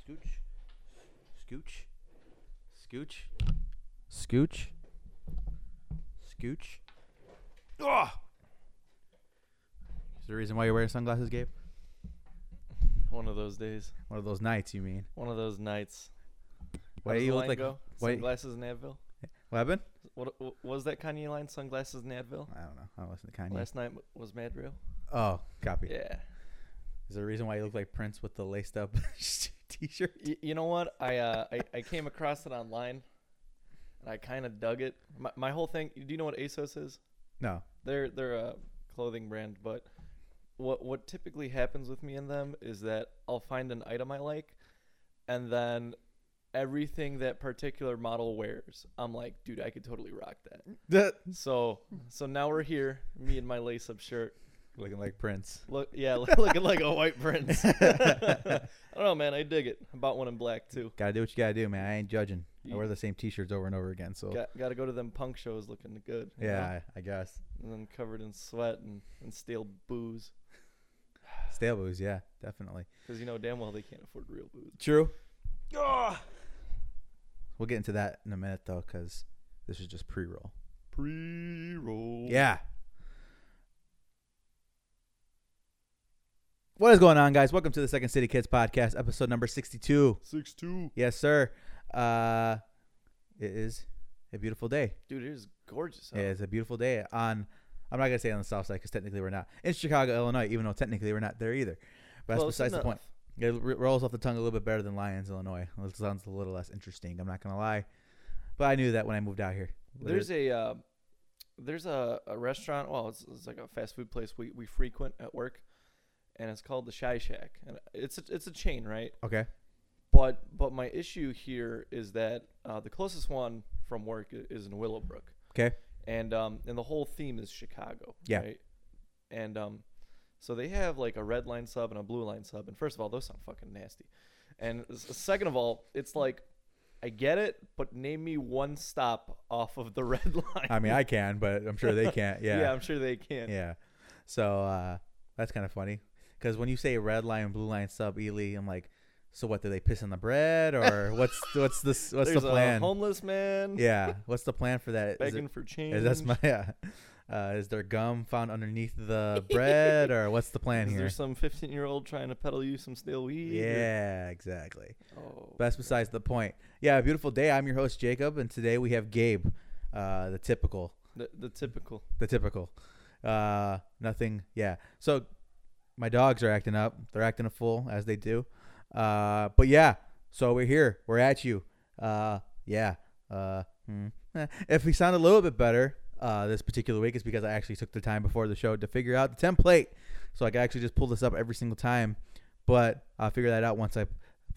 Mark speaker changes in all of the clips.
Speaker 1: Scooch. Scooch. Scooch. Scooch. Scooch. Ugh! Is there a reason why you're wearing sunglasses, Gabe?
Speaker 2: One of those days.
Speaker 1: One of those nights, you mean?
Speaker 2: One of those nights.
Speaker 1: Why
Speaker 2: How
Speaker 1: do
Speaker 2: does
Speaker 1: you
Speaker 2: the
Speaker 1: look
Speaker 2: line
Speaker 1: like?
Speaker 2: go?
Speaker 1: why-
Speaker 2: sunglasses and Advil?
Speaker 1: What happened?
Speaker 2: What wh- was that Kanye line? Sunglasses and Advil.
Speaker 1: I don't know. I don't listen to Kanye.
Speaker 2: Last night w- was mad real.
Speaker 1: Oh, copy.
Speaker 2: Yeah.
Speaker 1: Is there a reason why you look like Prince with the laced up t-shirt?
Speaker 2: Y- you know what? I, uh, I I came across it online, and I kind of dug it. My, my whole thing. Do you know what ASOS is?
Speaker 1: No.
Speaker 2: They're they're a clothing brand, but what what typically happens with me and them is that I'll find an item I like, and then everything that particular model wears, I'm like, dude, I could totally rock that. So so now we're here, me and my lace up shirt.
Speaker 1: Looking like Prince.
Speaker 2: Look, yeah, looking like a white prince. I don't know, man. I dig it. I bought one in black too.
Speaker 1: Gotta do what you gotta do, man. I ain't judging. I
Speaker 2: You-
Speaker 1: wear the same t-shirts over and over again. So
Speaker 2: Got got to go to them punk shows looking good. you know?
Speaker 1: yeah, I, I guess.
Speaker 2: And then covered in sweat and and stale booze,
Speaker 1: Stale booze, yeah, definitely.
Speaker 2: because you know damn well they can't afford real booze.
Speaker 1: True. We'll get into that in a minute though, because this is just pre-roll.
Speaker 2: Pre-roll.
Speaker 1: Yeah. What is going on, guys? Welcome to the Second City Kids Podcast, episode number sixty-two.
Speaker 2: Six two.
Speaker 1: Yes, sir. Uh, it is a beautiful day.
Speaker 2: Dude, it is gorgeous. out.
Speaker 1: It is a beautiful day on. I'm not gonna say on the south side because technically we're not in Chicago, Illinois, even though technically we're not there either. But that's
Speaker 2: Close
Speaker 1: besides the point.
Speaker 2: enough.
Speaker 1: It r- rolls off the tongue a little bit better than Lions, Illinois. It sounds a little less interesting. I'm not gonna lie, but I knew that when I moved out here.
Speaker 2: There's a uh, there's a, a restaurant. Well, it's, it's like a fast food place we, we frequent at work, and it's called the Shy Shack, and it's a, it's a chain, right?
Speaker 1: okay.
Speaker 2: But but my issue here is that uh, the closest one from work i- is in Willowbrook.
Speaker 1: Okay.
Speaker 2: And um and the whole theme is Chicago.
Speaker 1: Yeah.
Speaker 2: Right? And um, so they have like a red line sub and a blue line sub. And first of all, those sound fucking nasty. And s- second of all, it's like. I get it, but name me one stop off of the red line.
Speaker 1: I mean, I can, but I'm sure they can't.
Speaker 2: yeah.
Speaker 1: Yeah.
Speaker 2: I'm sure they can.
Speaker 1: Yeah. So uh, that's kind of funny because when you say red line, blue line, sub Ely, I'm like, so what? Do they piss on the bread or what's what's this what's
Speaker 2: There's
Speaker 1: the plan?
Speaker 2: a homeless man
Speaker 1: yeah. What's the plan for that? Is it-
Speaker 2: begging for change.
Speaker 1: Is that's my yeah. Uh, is there gum found underneath the bread, or what's the plan
Speaker 2: Is
Speaker 1: here?
Speaker 2: there some 15 year old trying to peddle you some stale weed? or-
Speaker 1: yeah, exactly.
Speaker 2: Oh.
Speaker 1: But that's besides the point. Yeah, a beautiful day. I'm your host Jacob, and today we have Gabe, uh, the typical,
Speaker 2: The, the typical.
Speaker 1: the typical. Uh, nothing. Yeah. So my dogs are acting up. They're acting a fool as they do. Uh, but yeah. So we're here. We're at you. Uh, yeah. Uh, hmm. Eh, if we sound a little bit better uh, this particular week, it's because I actually took the time before the show to figure out the template, so I can actually just pull this up every single time. But I'll figure that out once I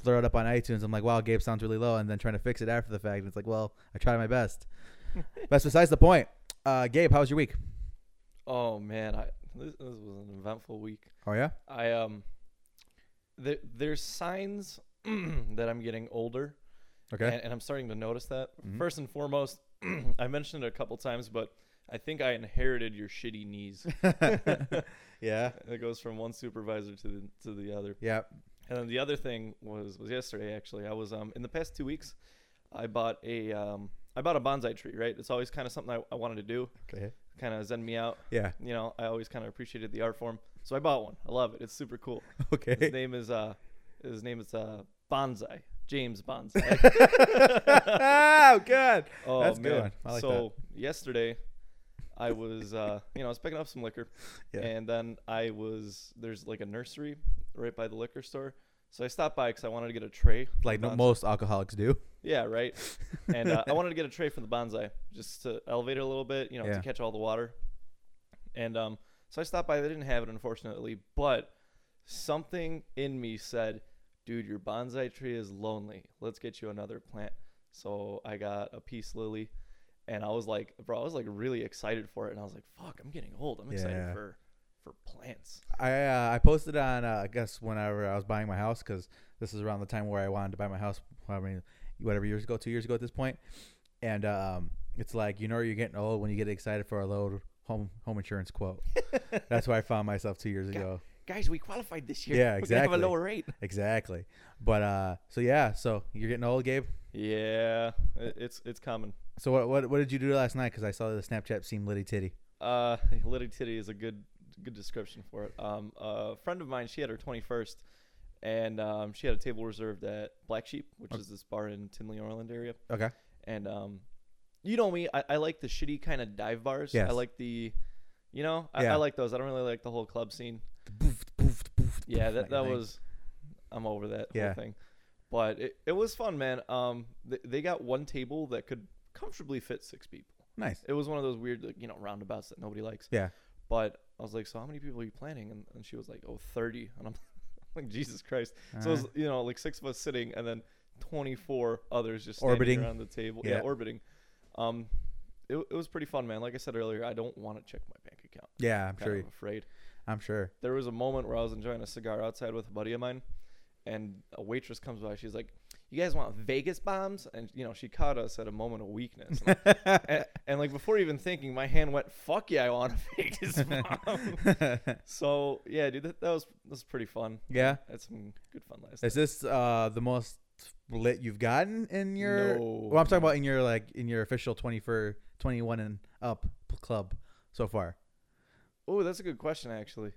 Speaker 1: throw it up on iTunes. I'm like, wow, Gabe sounds really low, and then trying to fix it after the fact. And it's like, well, I tried my best. That's besides the point. Uh, Gabe, how was your week?
Speaker 2: Oh, man. I this, this was an eventful week.
Speaker 1: Oh yeah.
Speaker 2: I, um, there, there's signs that I'm getting older,
Speaker 1: Okay.
Speaker 2: and, and I'm starting to notice that.
Speaker 1: Mhm.
Speaker 2: First and foremost, I mentioned it a couple times, but I think I inherited your shitty knees.
Speaker 1: yeah.
Speaker 2: it goes from one supervisor to the, to the other.
Speaker 1: Yeah.
Speaker 2: And then the other thing was was yesterday actually. I was um in the past two weeks, I bought a um I bought a bonsai tree. Right, it's always kind of something I, I wanted to do,
Speaker 1: Okay.
Speaker 2: kind of zen me out.
Speaker 1: Yeah.
Speaker 2: You know, I always kind of appreciated the art form, so I bought one. I love it. It's super cool. His
Speaker 1: Okay.
Speaker 2: name is uh his name is uh bonsai James Bonsai.
Speaker 1: oh God.
Speaker 2: oh
Speaker 1: That's a
Speaker 2: man.
Speaker 1: good one. I like
Speaker 2: so yesterday, I was uh you know I was picking up some liquor,
Speaker 1: Yeah.
Speaker 2: and then I was there's like a nursery right by the liquor store. So I stopped by because I wanted to get a tray. for
Speaker 1: Like
Speaker 2: the
Speaker 1: no,
Speaker 2: bonsai.
Speaker 1: most alcoholics do.
Speaker 2: Yeah, right. And uh, I wanted to get a tray for the bonsai just to elevate it a little bit, you know,
Speaker 1: Yeah.
Speaker 2: to catch all the water. And um, so I stopped by. They didn't have it, unfortunately, but something in me said, dude, your bonsai tree is lonely. Let's get you another plant. So I got a peace lily. And I was like, bro, I was like really excited for it. And I was like, fuck, I'm getting old. I'm excited
Speaker 1: Yeah.
Speaker 2: for for plants.
Speaker 1: I uh, I posted on uh, I guess whenever I was buying my house because this is around the time where I wanted to buy my house. I mean, whatever years ago, two years ago at this point, and um, it's like you know you're getting old when you get excited for a low home home insurance quote. That's where I found myself two years ago.
Speaker 2: guys, we qualified this year.
Speaker 1: Yeah,
Speaker 2: We're gonna
Speaker 1: exactly.
Speaker 2: Have a lower rate.
Speaker 1: Exactly. But uh, so yeah, so you're getting old, Gabe.
Speaker 2: Yeah, it, it's it's coming.
Speaker 1: So what what, what did you do last night? Because I saw the Snapchat seem litty titty.
Speaker 2: Uh, litty titty is a good good description for it. Um, a friend of mine, she had her 21st, and um, she had a table reserved at Black Sheep, which is this bar in Tinley, Orland area.
Speaker 1: Okay.
Speaker 2: And um, you know me, I, I like the shitty kind of dive bars.
Speaker 1: Yes.
Speaker 2: I like the, you know, I,
Speaker 1: Yeah.
Speaker 2: I like those. I don't really like the whole club scene. Yeah, that, that was. I'm over that
Speaker 1: Yeah.
Speaker 2: whole thing, but it, it was fun, man. Um, th- they got one table that could comfortably fit six people.
Speaker 1: nice.
Speaker 2: It was one of those weird, like, you know, roundabouts that nobody likes.
Speaker 1: Yeah.
Speaker 2: But I was like, so how many people are you planning? And, and she was like, oh, 30. And I'm like, Jesus Christ. So it
Speaker 1: Uh-huh.
Speaker 2: was, you know, like six of us sitting and then 24 others just standing
Speaker 1: Orbiting.
Speaker 2: around the table. Yeah,
Speaker 1: Yeah.
Speaker 2: orbiting. Um, it, it was pretty fun, man. Like I said earlier, I don't want to check my bank account.
Speaker 1: Yeah, I'm
Speaker 2: I'm kind
Speaker 1: sure.
Speaker 2: of afraid.
Speaker 1: I'm sure.
Speaker 2: There was a moment where I was enjoying a cigar outside with a buddy of mine, and a waitress comes by. She's like, "You guys want Vegas bombs?" And you know, she caught us at a moment of weakness. And, and, like before even thinking, my hand went, "Fuck yeah, I want a Vegas bomb." so yeah, dude, that, that was that was pretty fun.
Speaker 1: yeah.
Speaker 2: That's some good fun last night.
Speaker 1: Is this uh the most lit you've gotten in your?
Speaker 2: No.
Speaker 1: Well, I'm talking about in your like in your official 20 for 21 and up p- club so far.
Speaker 2: Oh, that's a good question actually.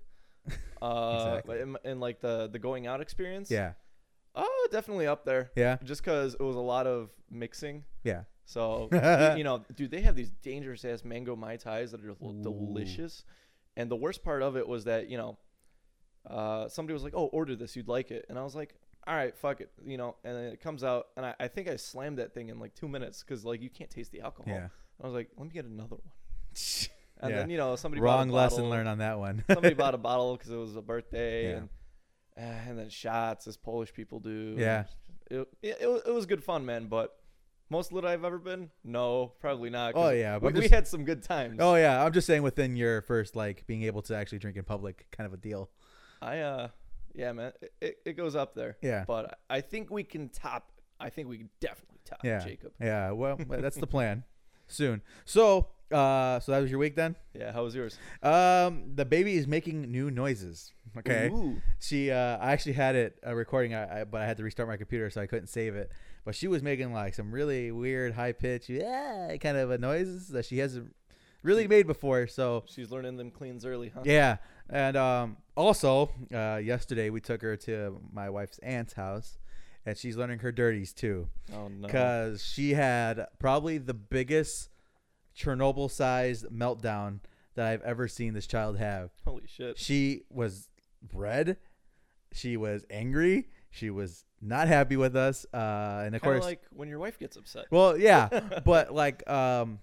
Speaker 2: Uh,
Speaker 1: Exactly.
Speaker 2: and, and like the the going out experience.
Speaker 1: Yeah.
Speaker 2: Oh, definitely up there.
Speaker 1: Yeah.
Speaker 2: Just because it was a lot of mixing.
Speaker 1: Yeah.
Speaker 2: So y- you know, dude, they have these dangerous ass mango mai tais that are l-
Speaker 1: Ooh.
Speaker 2: delicious. And the worst part of it was that you know, uh, somebody was like, "Oh, order this, you'd like it," and I was like, "All right, fuck it," you know. And then it comes out, and I, I think I slammed that thing in like two minutes because like you can't taste the alcohol.
Speaker 1: Yeah.
Speaker 2: I was like, "Let me get another one." And
Speaker 1: Yeah.
Speaker 2: then you know, somebody bought a
Speaker 1: Wrong lesson
Speaker 2: bottle-
Speaker 1: learned on that one.
Speaker 2: somebody bought a bottle because it was a birthday
Speaker 1: Yeah.
Speaker 2: and uh, and then shots as Polish people do.
Speaker 1: Yeah.
Speaker 2: it, it, it was- it was good fun, man. But most lit I've ever been, no, probably not. 'cause
Speaker 1: Oh, yeah,
Speaker 2: we,
Speaker 1: but
Speaker 2: we
Speaker 1: just-
Speaker 2: had some good times.
Speaker 1: Oh yeah, I'm just saying within your first like being able to actually drink in public kind of a deal.
Speaker 2: I uh, yeah, man, it- it, it goes up there.
Speaker 1: Yeah.
Speaker 2: but I I think we can top. I think we can definitely top
Speaker 1: Yeah.
Speaker 2: Jacob.
Speaker 1: Yeah, well that's the plan soon. So, uh so that was your week then?
Speaker 2: Yeah, how was yours?
Speaker 1: Um the baby is making new noises. Okay.
Speaker 2: Ooh.
Speaker 1: She uh I actually had it uh, recording I, I but I had to restart my computer so I couldn't save it. But she was making like some really weird high pitch yeah kind of a noises that she hasn't really made before. So,
Speaker 2: She's learning them cleans early, huh?
Speaker 1: Yeah, and um, also uh, yesterday we took her to my wife's aunt's house, and she's learning her dirties too,
Speaker 2: Oh no.
Speaker 1: because she had probably the biggest Chernobyl-sized meltdown that I've ever seen this child have.
Speaker 2: Holy shit.
Speaker 1: She was red, she was angry, she was not happy with us, uh, and of
Speaker 2: Kind of
Speaker 1: course,
Speaker 2: like when your wife gets upset.
Speaker 1: well, yeah, but like, um,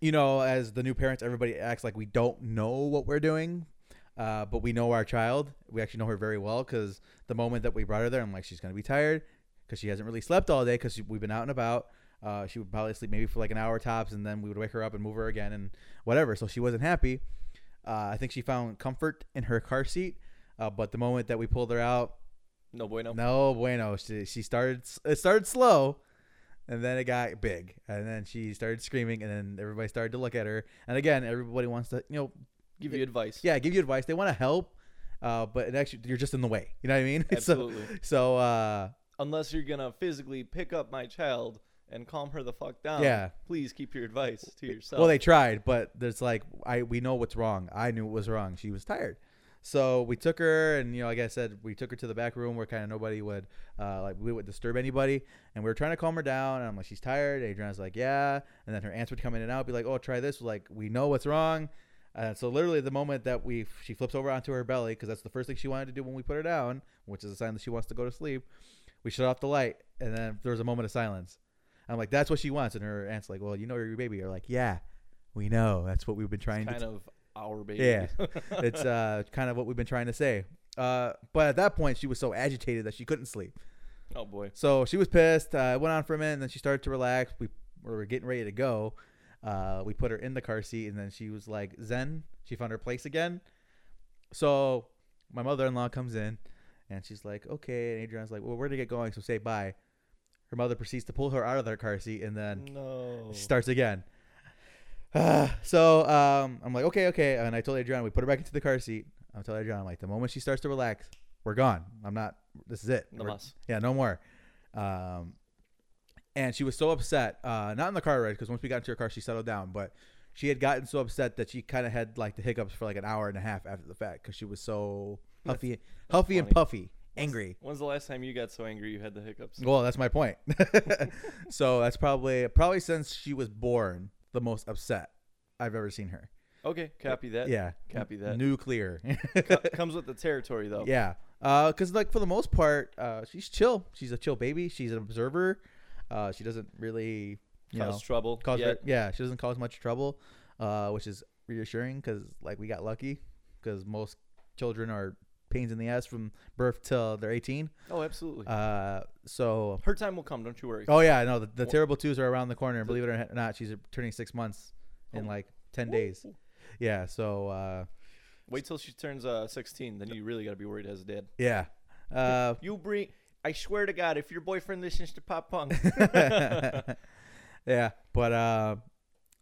Speaker 1: you know, as the new parents, everybody acts like we don't know what we're doing, uh, but we know our child. We actually know her very well because the moment that we brought her there, I'm like, she's gonna be tired because she hasn't really slept all day because we've been out and about. Uh, she would probably sleep maybe for like an hour tops, and then we would wake her up and move her again and whatever. So she wasn't happy. Uh, I think she found comfort in her car seat, uh, but the moment that we pulled her out,
Speaker 2: No bueno.
Speaker 1: no bueno. She, she started. It started slow, and then it got big, and then she started screaming, and then everybody started to look at her. And again, everybody wants to, you know,
Speaker 2: Give you advice.
Speaker 1: yeah, give you advice. They want to help, uh, but it actually you're just in the way. You know what I mean?
Speaker 2: Absolutely.
Speaker 1: so, so uh,
Speaker 2: unless you're gonna physically pick up my child and calm her the fuck down.
Speaker 1: Yeah.
Speaker 2: Please keep your advice to yourself.
Speaker 1: well, they tried, but there's like I we know what's wrong. I knew it was wrong. She was tired. So we took her, and you know, like I said, we took her to the back room where kind of nobody would, uh, like we would disturb anybody, and we were trying to calm her down. And I'm like, she's tired. Adriana's like, yeah, and then her aunts would come in and out, be like, oh, try this. Like we know what's wrong. Uh, so literally, the moment that we she flips over onto her belly, because that's the first thing she wanted to do when we put her down, which is a sign that she wants to go to sleep. We shut off the light, and then there was a moment of silence. I'm like, that's what she wants, and her aunt's like, well, you know your baby. You're like, yeah, we know. That's what we've been trying to
Speaker 2: kind of our baby.
Speaker 1: yeah, it's uh, kind of what we've been trying to say. Uh, but at that point, she was so agitated that she couldn't sleep.
Speaker 2: oh boy.
Speaker 1: So she was pissed. Uh, it went on for a minute, and then she started to relax. We, we were getting ready to go. Uh, we put her in the car seat, and then she was like Zen. She found her place again. So my mother-in-law comes in, and she's like, "Okay." And Adrian's like, "Well, we're gonna get going, so say bye." Her mother proceeds to pull her out of their car seat, and then
Speaker 2: No.
Speaker 1: she starts again. so um, I'm like, okay, okay. And I told Adriana, we put her back into the car seat. I'm telling Adriana, I'm like, the moment she starts to relax, we're gone. I'm not. This is it.
Speaker 2: No
Speaker 1: We're-
Speaker 2: mas.
Speaker 1: yeah, no more. Um, and she was so upset. Uh, not in the car ride because once we got into her car, she settled down. But she had gotten so upset that she kind of had like the hiccups for like an hour and a half after the fact because she was so huffy, huffy and
Speaker 2: funny.
Speaker 1: puffy, angry.
Speaker 2: When's the last time you got so angry you had the hiccups?
Speaker 1: Well, that's my point. so that's probably probably since she was born, the most upset I've ever seen her.
Speaker 2: Okay, copy that.
Speaker 1: Yeah,
Speaker 2: Copy that.
Speaker 1: Nuclear.
Speaker 2: Co- comes with the territory though.
Speaker 1: Yeah, because like for the most part, uh, she's chill. She's a chill baby. She's an observer. Uh, she doesn't really, you
Speaker 2: Cause
Speaker 1: know,
Speaker 2: trouble.
Speaker 1: cause ver-
Speaker 2: yet.
Speaker 1: yeah, she doesn't cause much trouble, uh, which is reassuring because like we got lucky because most children are pains in the ass from birth till they're 18.
Speaker 2: Oh, absolutely.
Speaker 1: Uh, so
Speaker 2: Her time will come. Don't you worry.
Speaker 1: oh yeah, no, the, the
Speaker 2: Wha-
Speaker 1: terrible twos are around the corner. Believe it or not, she's turning six months in
Speaker 2: Oh.
Speaker 1: like 10
Speaker 2: Woo.
Speaker 1: days. Yeah, so uh,
Speaker 2: Wait till she turns uh, 16. Then you really got to be worried as a dad.
Speaker 1: yeah. Uh,
Speaker 2: You bring. I swear to God, if your boyfriend listens to pop punk,
Speaker 1: yeah, but uh,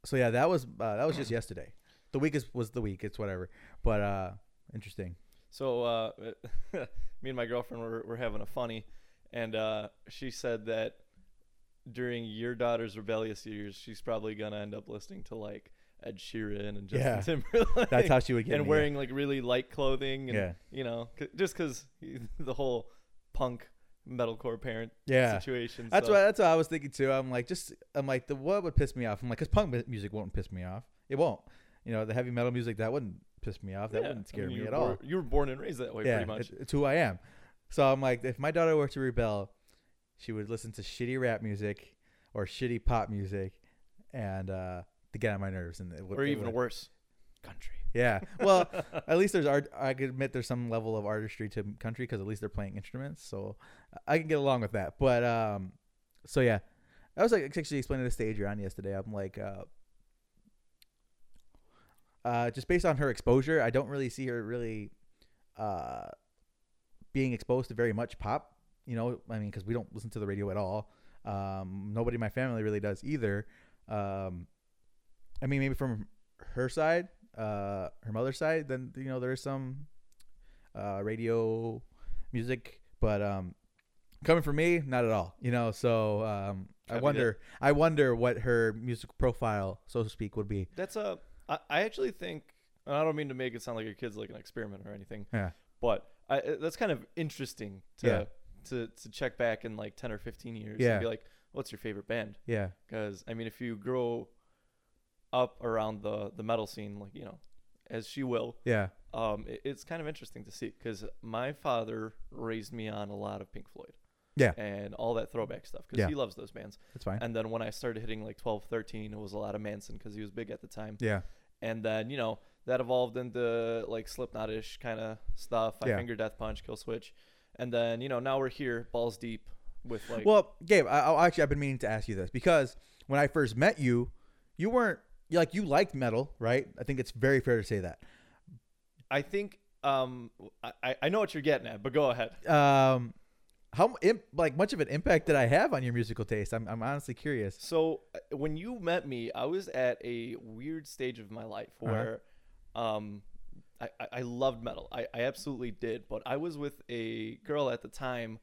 Speaker 1: so yeah, that was uh, that was just yesterday. The week is, was the week. It's whatever. But uh, interesting.
Speaker 2: So uh, me and my girlfriend were, were having a funny, and uh, she said that during your daughter's rebellious years, she's probably gonna end up listening to like Ed Sheeran and Justin
Speaker 1: Yeah.
Speaker 2: Timberlake.
Speaker 1: That's how she would get.
Speaker 2: and
Speaker 1: me.
Speaker 2: wearing like really light clothing, and
Speaker 1: Yeah.
Speaker 2: you know, c- just because the whole punk metalcore parent
Speaker 1: Yeah.
Speaker 2: situation.
Speaker 1: That's
Speaker 2: so-
Speaker 1: what that's what I was thinking too. I'm like, just I'm like, the what would piss me off? I'm like, cause punk mu- music won't piss me off. It won't. You know, the heavy metal music that wouldn't piss me off. That
Speaker 2: yeah,
Speaker 1: wouldn't
Speaker 2: I
Speaker 1: scare
Speaker 2: mean, you
Speaker 1: me
Speaker 2: were
Speaker 1: at all.
Speaker 2: bor- You were born and raised that way,
Speaker 1: yeah,
Speaker 2: pretty much.
Speaker 1: it- it's who I am. So I'm like, if my daughter were to rebel, she would listen to shitty rap music or shitty pop music, and uh, to get on my nerves, and it would,
Speaker 2: or
Speaker 1: it
Speaker 2: even
Speaker 1: would-
Speaker 2: worse, country.
Speaker 1: Yeah. Well, at least there's art. I could admit there's some level of artistry to country because at least they're playing instruments, so I can get along with that. But um, so yeah, I was like actually explaining this to Adriana yesterday. I'm like, uh, uh, just based on her exposure, I don't really see her really, uh, being exposed to very much pop. You know, I mean, because we don't listen to the radio at all. Um, nobody in my family really does either. Um, I mean, maybe from her side, uh, her mother's side, then you know there is some uh, radio music, but um, coming from me, not at all. You know, so um, I
Speaker 2: Copy
Speaker 1: wonder, I wonder what her music profile, so to speak, would be.
Speaker 2: That's a. I, I actually think, and I don't mean to make it sound like your kid's like an experiment or anything.
Speaker 1: Yeah.
Speaker 2: But I, uh, that's kind of interesting to
Speaker 1: Yeah.
Speaker 2: to to check back in like ten or fifteen years
Speaker 1: Yeah.
Speaker 2: and be like, what's your favorite band?
Speaker 1: Yeah,
Speaker 2: Because I mean, if you grow up around the the metal scene, like you know, as she will,
Speaker 1: yeah,
Speaker 2: um, it, it's kind of interesting to see. Because my father raised me on a lot of Pink Floyd.
Speaker 1: Yeah.
Speaker 2: And all that throwback stuff because
Speaker 1: Yeah.
Speaker 2: he loves those bands.
Speaker 1: that's fine.
Speaker 2: And then when I started hitting like 12, 13, it was a lot of Manson because he was big at the time
Speaker 1: Yeah,
Speaker 2: and then you know that evolved into like Slipknot-ish kind of stuff. Five
Speaker 1: Yeah.
Speaker 2: Finger Death Punch, Kill Switch, and then you know now we're here, balls deep with like
Speaker 1: well, Gabe, I, I actually I've been meaning to ask you this because when I first met you, you weren't you- like you liked metal, right? I think it's very fair to say that.
Speaker 2: I think um I- I I know what you're getting at, but go ahead.
Speaker 1: Um, how imp, like much of an impact did I have on your musical taste? I'm I'm honestly curious.
Speaker 2: So uh, when you met me, I was at a weird stage of my life
Speaker 1: Uh-huh.
Speaker 2: where, um, I, I- I loved metal. I, I absolutely did. But I was with a girl at the time,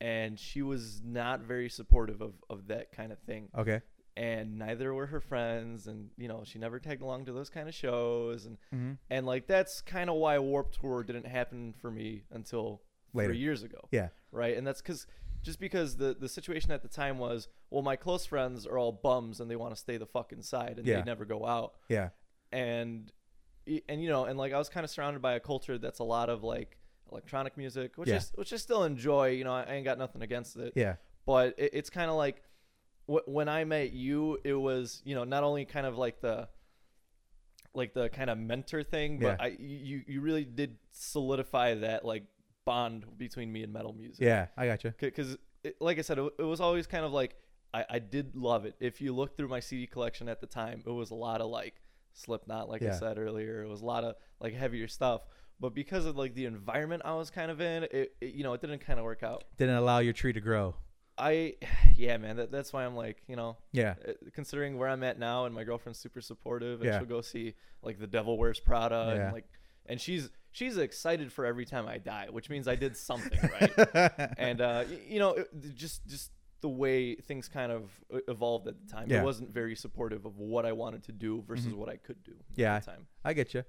Speaker 2: and she was not very supportive of of that kind of thing.
Speaker 1: Okay.
Speaker 2: and neither were her friends and you know she never tagged along to those kind of shows and
Speaker 1: Mm-hmm.
Speaker 2: and like that's kind of why Warped Tour didn't happen for me until
Speaker 1: Later.
Speaker 2: three years ago
Speaker 1: Yeah.
Speaker 2: right and that's because just because the the situation at the time was well my close friends are all bums and they want to stay the fuck inside and
Speaker 1: Yeah.
Speaker 2: they never go out
Speaker 1: Yeah.
Speaker 2: and and you know and like I was kind of surrounded by a culture that's a lot of like electronic music which
Speaker 1: Yeah.
Speaker 2: is which I still enjoy you know I ain't got nothing against it
Speaker 1: Yeah.
Speaker 2: but it, it's kind of like wh- when I met you, it was you know not only kind of like the like the kind of mentor thing, but
Speaker 1: Yeah.
Speaker 2: I you you really did solidify that like bond between me and metal music.
Speaker 1: Yeah. I got you.
Speaker 2: because like I said, it, wa- it was always kind of like I, I did love it. If you look through my CD collection at the time, it was a lot of like Slipknot, like
Speaker 1: Yeah.
Speaker 2: I said earlier. It was a lot of like heavier stuff. But because of like the environment I was kind of in, it, it you know it didn't kind of work out.
Speaker 1: Didn't allow your tree to grow.
Speaker 2: I yeah, man, that, that's why I'm like, you know,
Speaker 1: Yeah.
Speaker 2: uh, considering where I'm at now and my girlfriend's super supportive and
Speaker 1: Yeah.
Speaker 2: she'll go see like The Devil Wears Prada
Speaker 1: Yeah.
Speaker 2: and like and she's she's excited for every time I die, which means I did something right. and uh, y- you know, it, just just the way things kind of e- evolved at the time,
Speaker 1: Yeah. Mm-hmm.
Speaker 2: it wasn't very supportive of what I wanted to do versus what I could do.
Speaker 1: Yeah.
Speaker 2: at the time.
Speaker 1: I get you.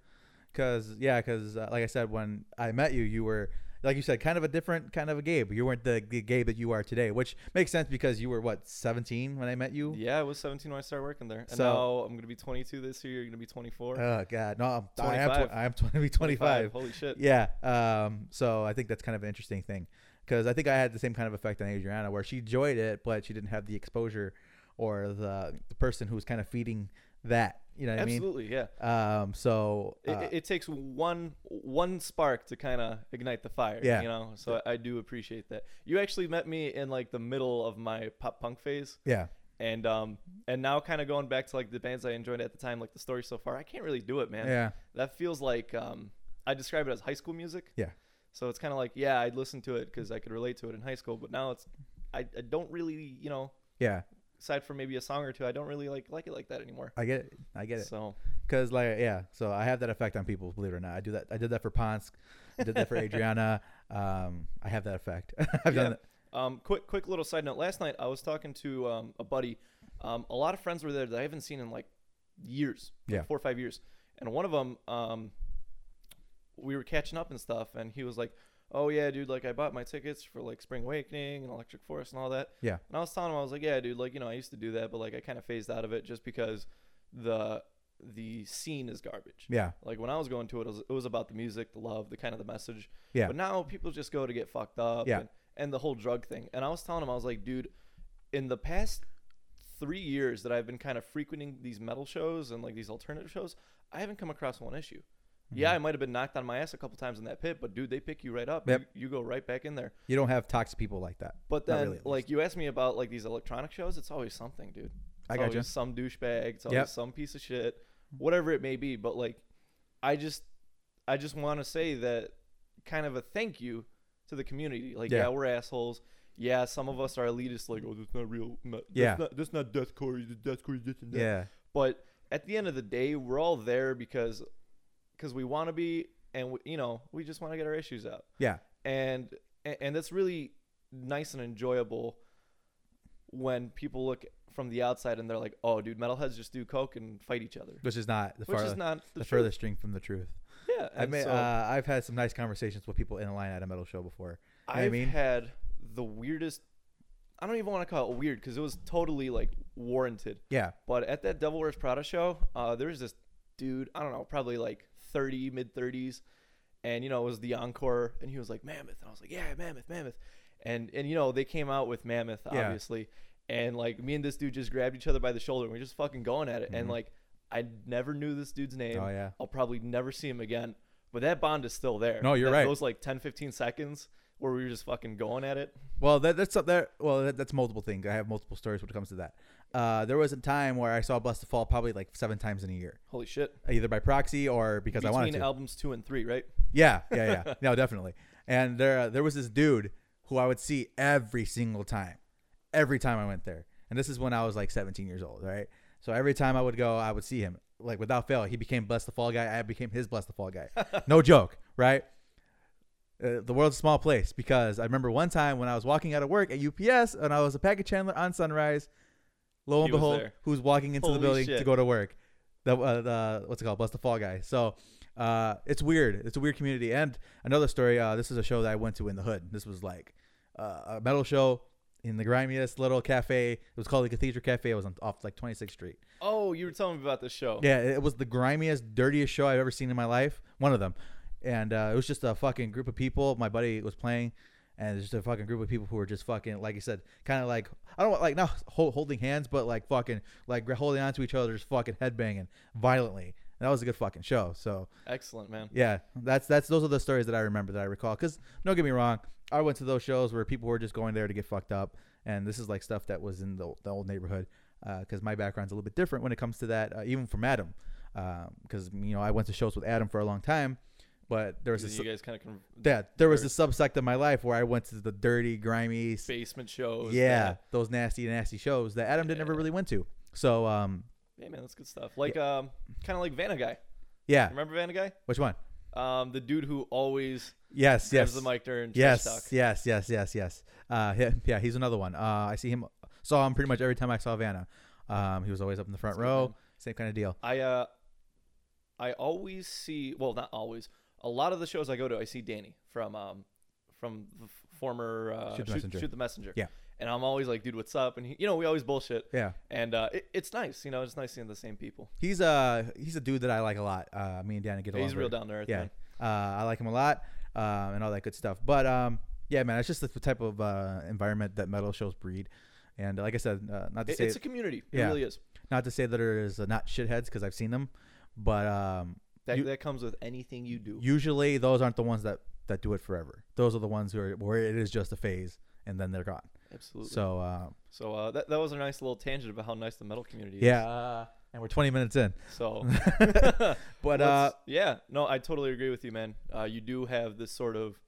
Speaker 1: Cause yeah, cause uh, like I said, when I met you, you were like you said, kind of a different kind of a Gabe. You weren't the, the Gabe that you are today, which makes sense because you were what 17 when I met you.
Speaker 2: Yeah, I was 17 when I started working there, and
Speaker 1: So-
Speaker 2: now I'm gonna be 22 this year. You're gonna be 24.
Speaker 1: Oh God, no, I'm, I am
Speaker 2: 25.
Speaker 1: tw- I'm 20, 25.
Speaker 2: Holy shit.
Speaker 1: Yeah. Um, so I think that's kind of an interesting thing because I think I had the same kind of effect on Adriana where she enjoyed it, but she didn't have the exposure or the, the person who was kind of feeding that. You know what
Speaker 2: Absolutely, yeah.
Speaker 1: I mean? Um, so
Speaker 2: It,
Speaker 1: uh,
Speaker 2: it- it takes one one spark to kind of ignite the fire,
Speaker 1: Yeah.
Speaker 2: you know. So I, I do appreciate that. You actually met me in like the middle of my pop punk phase,
Speaker 1: yeah.
Speaker 2: and um and now kind of going back to like the bands I enjoyed at the time, like the story so far. I can't really do it, man.
Speaker 1: Yeah.
Speaker 2: That feels like um I describe it as high school music.
Speaker 1: Yeah.
Speaker 2: So it's kind of like yeah, I'd listen to it because I could relate to it in high school, but now it's I, I don't really you know
Speaker 1: Yeah.
Speaker 2: aside from maybe a song or two, I don't really like like it like that anymore.
Speaker 1: I get it. I get it.
Speaker 2: So
Speaker 1: Cause like yeah, so I have that effect on people. Believe it or not, I do that. I did that for Ponsk. I did that for Adriana. Um, I have that effect. I've done
Speaker 2: Yeah. Um, quick, quick little side note. Last night I was talking to um, a buddy. Um, a lot of friends were there that I haven't seen in like years, like
Speaker 1: Yeah.
Speaker 2: four or five years. And one of them, um, we were catching up and stuff, and he was like, "Oh yeah, dude, like I bought my tickets for like Spring Awakening and Electric Forest and all that."
Speaker 1: Yeah.
Speaker 2: And I was telling him, I was like, "Yeah, dude, like you know, I used to do that, but like I kind of phased out of it just because the the scene is garbage."
Speaker 1: yeah,
Speaker 2: Like when I was going to it, it was, it was about the music, the love, the kind of the message.
Speaker 1: Yeah.
Speaker 2: But now people just go to get fucked up.
Speaker 1: Yeah.
Speaker 2: And, and the whole drug thing. And I was telling him, I was like, dude, in the past three years that I've been kind of frequenting these metal shows and like these alternative shows, I haven't come across one issue.
Speaker 1: Mm-hmm.
Speaker 2: Yeah, I might have been knocked on my ass a couple times in that pit, but dude, they pick you right up.
Speaker 1: Yep.
Speaker 2: You, you go right back in there.
Speaker 1: you don't have toxic people like that.
Speaker 2: But
Speaker 1: Not
Speaker 2: then,
Speaker 1: really, at
Speaker 2: like you asked me about like these electronic shows, it's always something, dude. It's
Speaker 1: I gotcha.
Speaker 2: always Some douchebag. It's always
Speaker 1: Yep.
Speaker 2: some piece of shit, whatever it may be. But like, I just, I just want to say that kind of a thank you to the community. Like, yeah,
Speaker 1: Yeah.
Speaker 2: we're assholes. Yeah, some of us are elitist. Like, oh, that's not real. Not, that's
Speaker 1: Yeah.
Speaker 2: not, that's not deathcore. the Deathcore, this and that.
Speaker 1: yeah,
Speaker 2: But at the end of the day, we're all there because, because we want to be, and we, you know, we just want to get our issues out
Speaker 1: yeah,
Speaker 2: and a- and that's really nice and enjoyable when people look from the outside and they're like, "Oh, dude, metalheads just do coke and fight each other,"
Speaker 1: which is not the
Speaker 2: which
Speaker 1: far,
Speaker 2: is not the,
Speaker 1: the,
Speaker 2: truth.
Speaker 1: furthest string from the truth.
Speaker 2: Yeah,
Speaker 1: I
Speaker 2: and
Speaker 1: mean,
Speaker 2: so
Speaker 1: uh, I've had some nice conversations with people in a line at a metal show before. you know what I
Speaker 2: I've
Speaker 1: mean?
Speaker 2: had the weirdest. I don't even want to call it weird because it was totally like warranted.
Speaker 1: Yeah,
Speaker 2: But at that Devil Wears Prada show, uh, there was this dude, I don't know, probably like 30, mid 30s. And, you know, it was the encore. And he was like, Mammoth. And I was like, yeah, Mammoth, Mammoth. And, and you know, they came out with Mammoth,
Speaker 1: Yeah.
Speaker 2: obviously. And, like, me and this dude just grabbed each other by the shoulder and we are just fucking going at it. And, like, I never knew this dude's name.
Speaker 1: Mm-hmm. Oh, yeah.
Speaker 2: I'll probably never see him again. But that bond is still there.
Speaker 1: No, you're
Speaker 2: That-
Speaker 1: right.
Speaker 2: Those, like, 10, 15 seconds where we were just fucking going at it.
Speaker 1: Well, that, that's up there. Well, that, that's multiple things. I have multiple stories when it comes to that. Uh, there was a time where I saw Bless the Fall probably like seven times in a year,
Speaker 2: Holy shit.
Speaker 1: either by proxy or because I wanted
Speaker 2: Between
Speaker 1: to.
Speaker 2: albums two and three, right?
Speaker 1: yeah, yeah, yeah. no, definitely. And there, uh, there was this dude who I would see every single time, every time I went there. And this is when I was like 17 years old, right? So every time I would go, I would see him, like without fail. He became Bless the Fall guy. I became his Bless the Fall guy. no joke, right? uh, the world's a small place because I remember one time when I was walking out of work at UPS and I was a package handler on Sunrise. Lo and
Speaker 2: He was
Speaker 1: behold,
Speaker 2: there.
Speaker 1: who's walking into
Speaker 2: Holy
Speaker 1: the building to
Speaker 2: shit.
Speaker 1: go to work? The, uh, the what's it called? Bless the Fall guy. So uh, it's weird. It's a weird community. And another story. Uh, this is a show that I went to in the hood. This was like uh, a metal show in the grimiest little cafe. It was called the Cathedral Cafe. It was on, off like 26th Street.
Speaker 2: Oh, you were telling me about this show.
Speaker 1: Yeah, it was the grimiest, dirtiest show I've ever seen in my life. One of them, and uh, it was just a fucking group of people. My buddy was playing, and it's just a fucking group of people who were just fucking, like you said, kind of like I don't want like not hold, holding hands, but like fucking like gra- holding onto each other's fucking headbanging violently. And that was a good fucking show. So
Speaker 2: Excellent, man.
Speaker 1: yeah, that's that's those are the stories that I remember that I recall. Because don't get me wrong, I went to those shows where people were just going there to get fucked up, and this is like stuff that was in the, the old neighborhood. Because my background's a little bit different when it comes to that, uh, even from Adam. Because you know I went to shows with Adam for a long time, but there was
Speaker 2: You-
Speaker 1: this
Speaker 2: you guys kind of con-
Speaker 1: yeah, there was a subsect of my life where I went to the dirty, grimy, s-
Speaker 2: basement shows.
Speaker 1: yeah,
Speaker 2: that-
Speaker 1: those nasty, nasty shows that Adam didn't ever really went to. So um,
Speaker 2: Hey man, that's good stuff. Like um, kind of like Vanna Guy.
Speaker 1: yeah,
Speaker 2: Remember Vanna Guy?
Speaker 1: which one?
Speaker 2: Um, the dude who always
Speaker 1: Yes,
Speaker 2: gives
Speaker 1: yes,
Speaker 2: the mic during trash talk.
Speaker 1: yes, yes, yes, yes, yes. Uh, he- yeah, he's another one. Uh, I see him, saw him pretty much every time I saw Vanna. Um, he was always up in the front
Speaker 2: That's good,
Speaker 1: row.
Speaker 2: man.
Speaker 1: Same kind of deal.
Speaker 2: I uh, I always see. Well, not always. A lot of the shows I go to, I see Danny from um, from the f- former uh,
Speaker 1: Shoot the Messenger.
Speaker 2: Shoot the messenger.
Speaker 1: Yeah.
Speaker 2: And I'm always like, dude, what's up? And he, you know, we always bullshit.
Speaker 1: Yeah,
Speaker 2: And uh, it, it's nice, you know, it's nice seeing the same people.
Speaker 1: he's a he's a dude that I like a lot. Uh, me and Danny get along.
Speaker 2: He's
Speaker 1: very-
Speaker 2: real down there. At
Speaker 1: yeah, uh, I like him a lot uh, and all that good stuff. But um, yeah, man, it's just the type of uh, environment that metal shows breed. And like I said, uh, not to
Speaker 2: It,
Speaker 1: say
Speaker 2: it's a community. It
Speaker 1: Yeah.
Speaker 2: really is.
Speaker 1: not to say that there's uh, not shitheads because I've seen them, but um,
Speaker 2: That
Speaker 1: You-
Speaker 2: that comes with anything you do.
Speaker 1: usually those aren't the ones that that do it forever. Those are the ones who are where it is just a phase and then they're gone.
Speaker 2: Absolutely. So,
Speaker 1: So uh,
Speaker 2: uh, that that was a nice little tangent about how nice the metal community is.
Speaker 1: yeah, uh, and we're 20 minutes in,
Speaker 2: So.
Speaker 1: but uh,
Speaker 2: Let's- yeah, no, I totally agree with you, man. Uh, you do have this sort of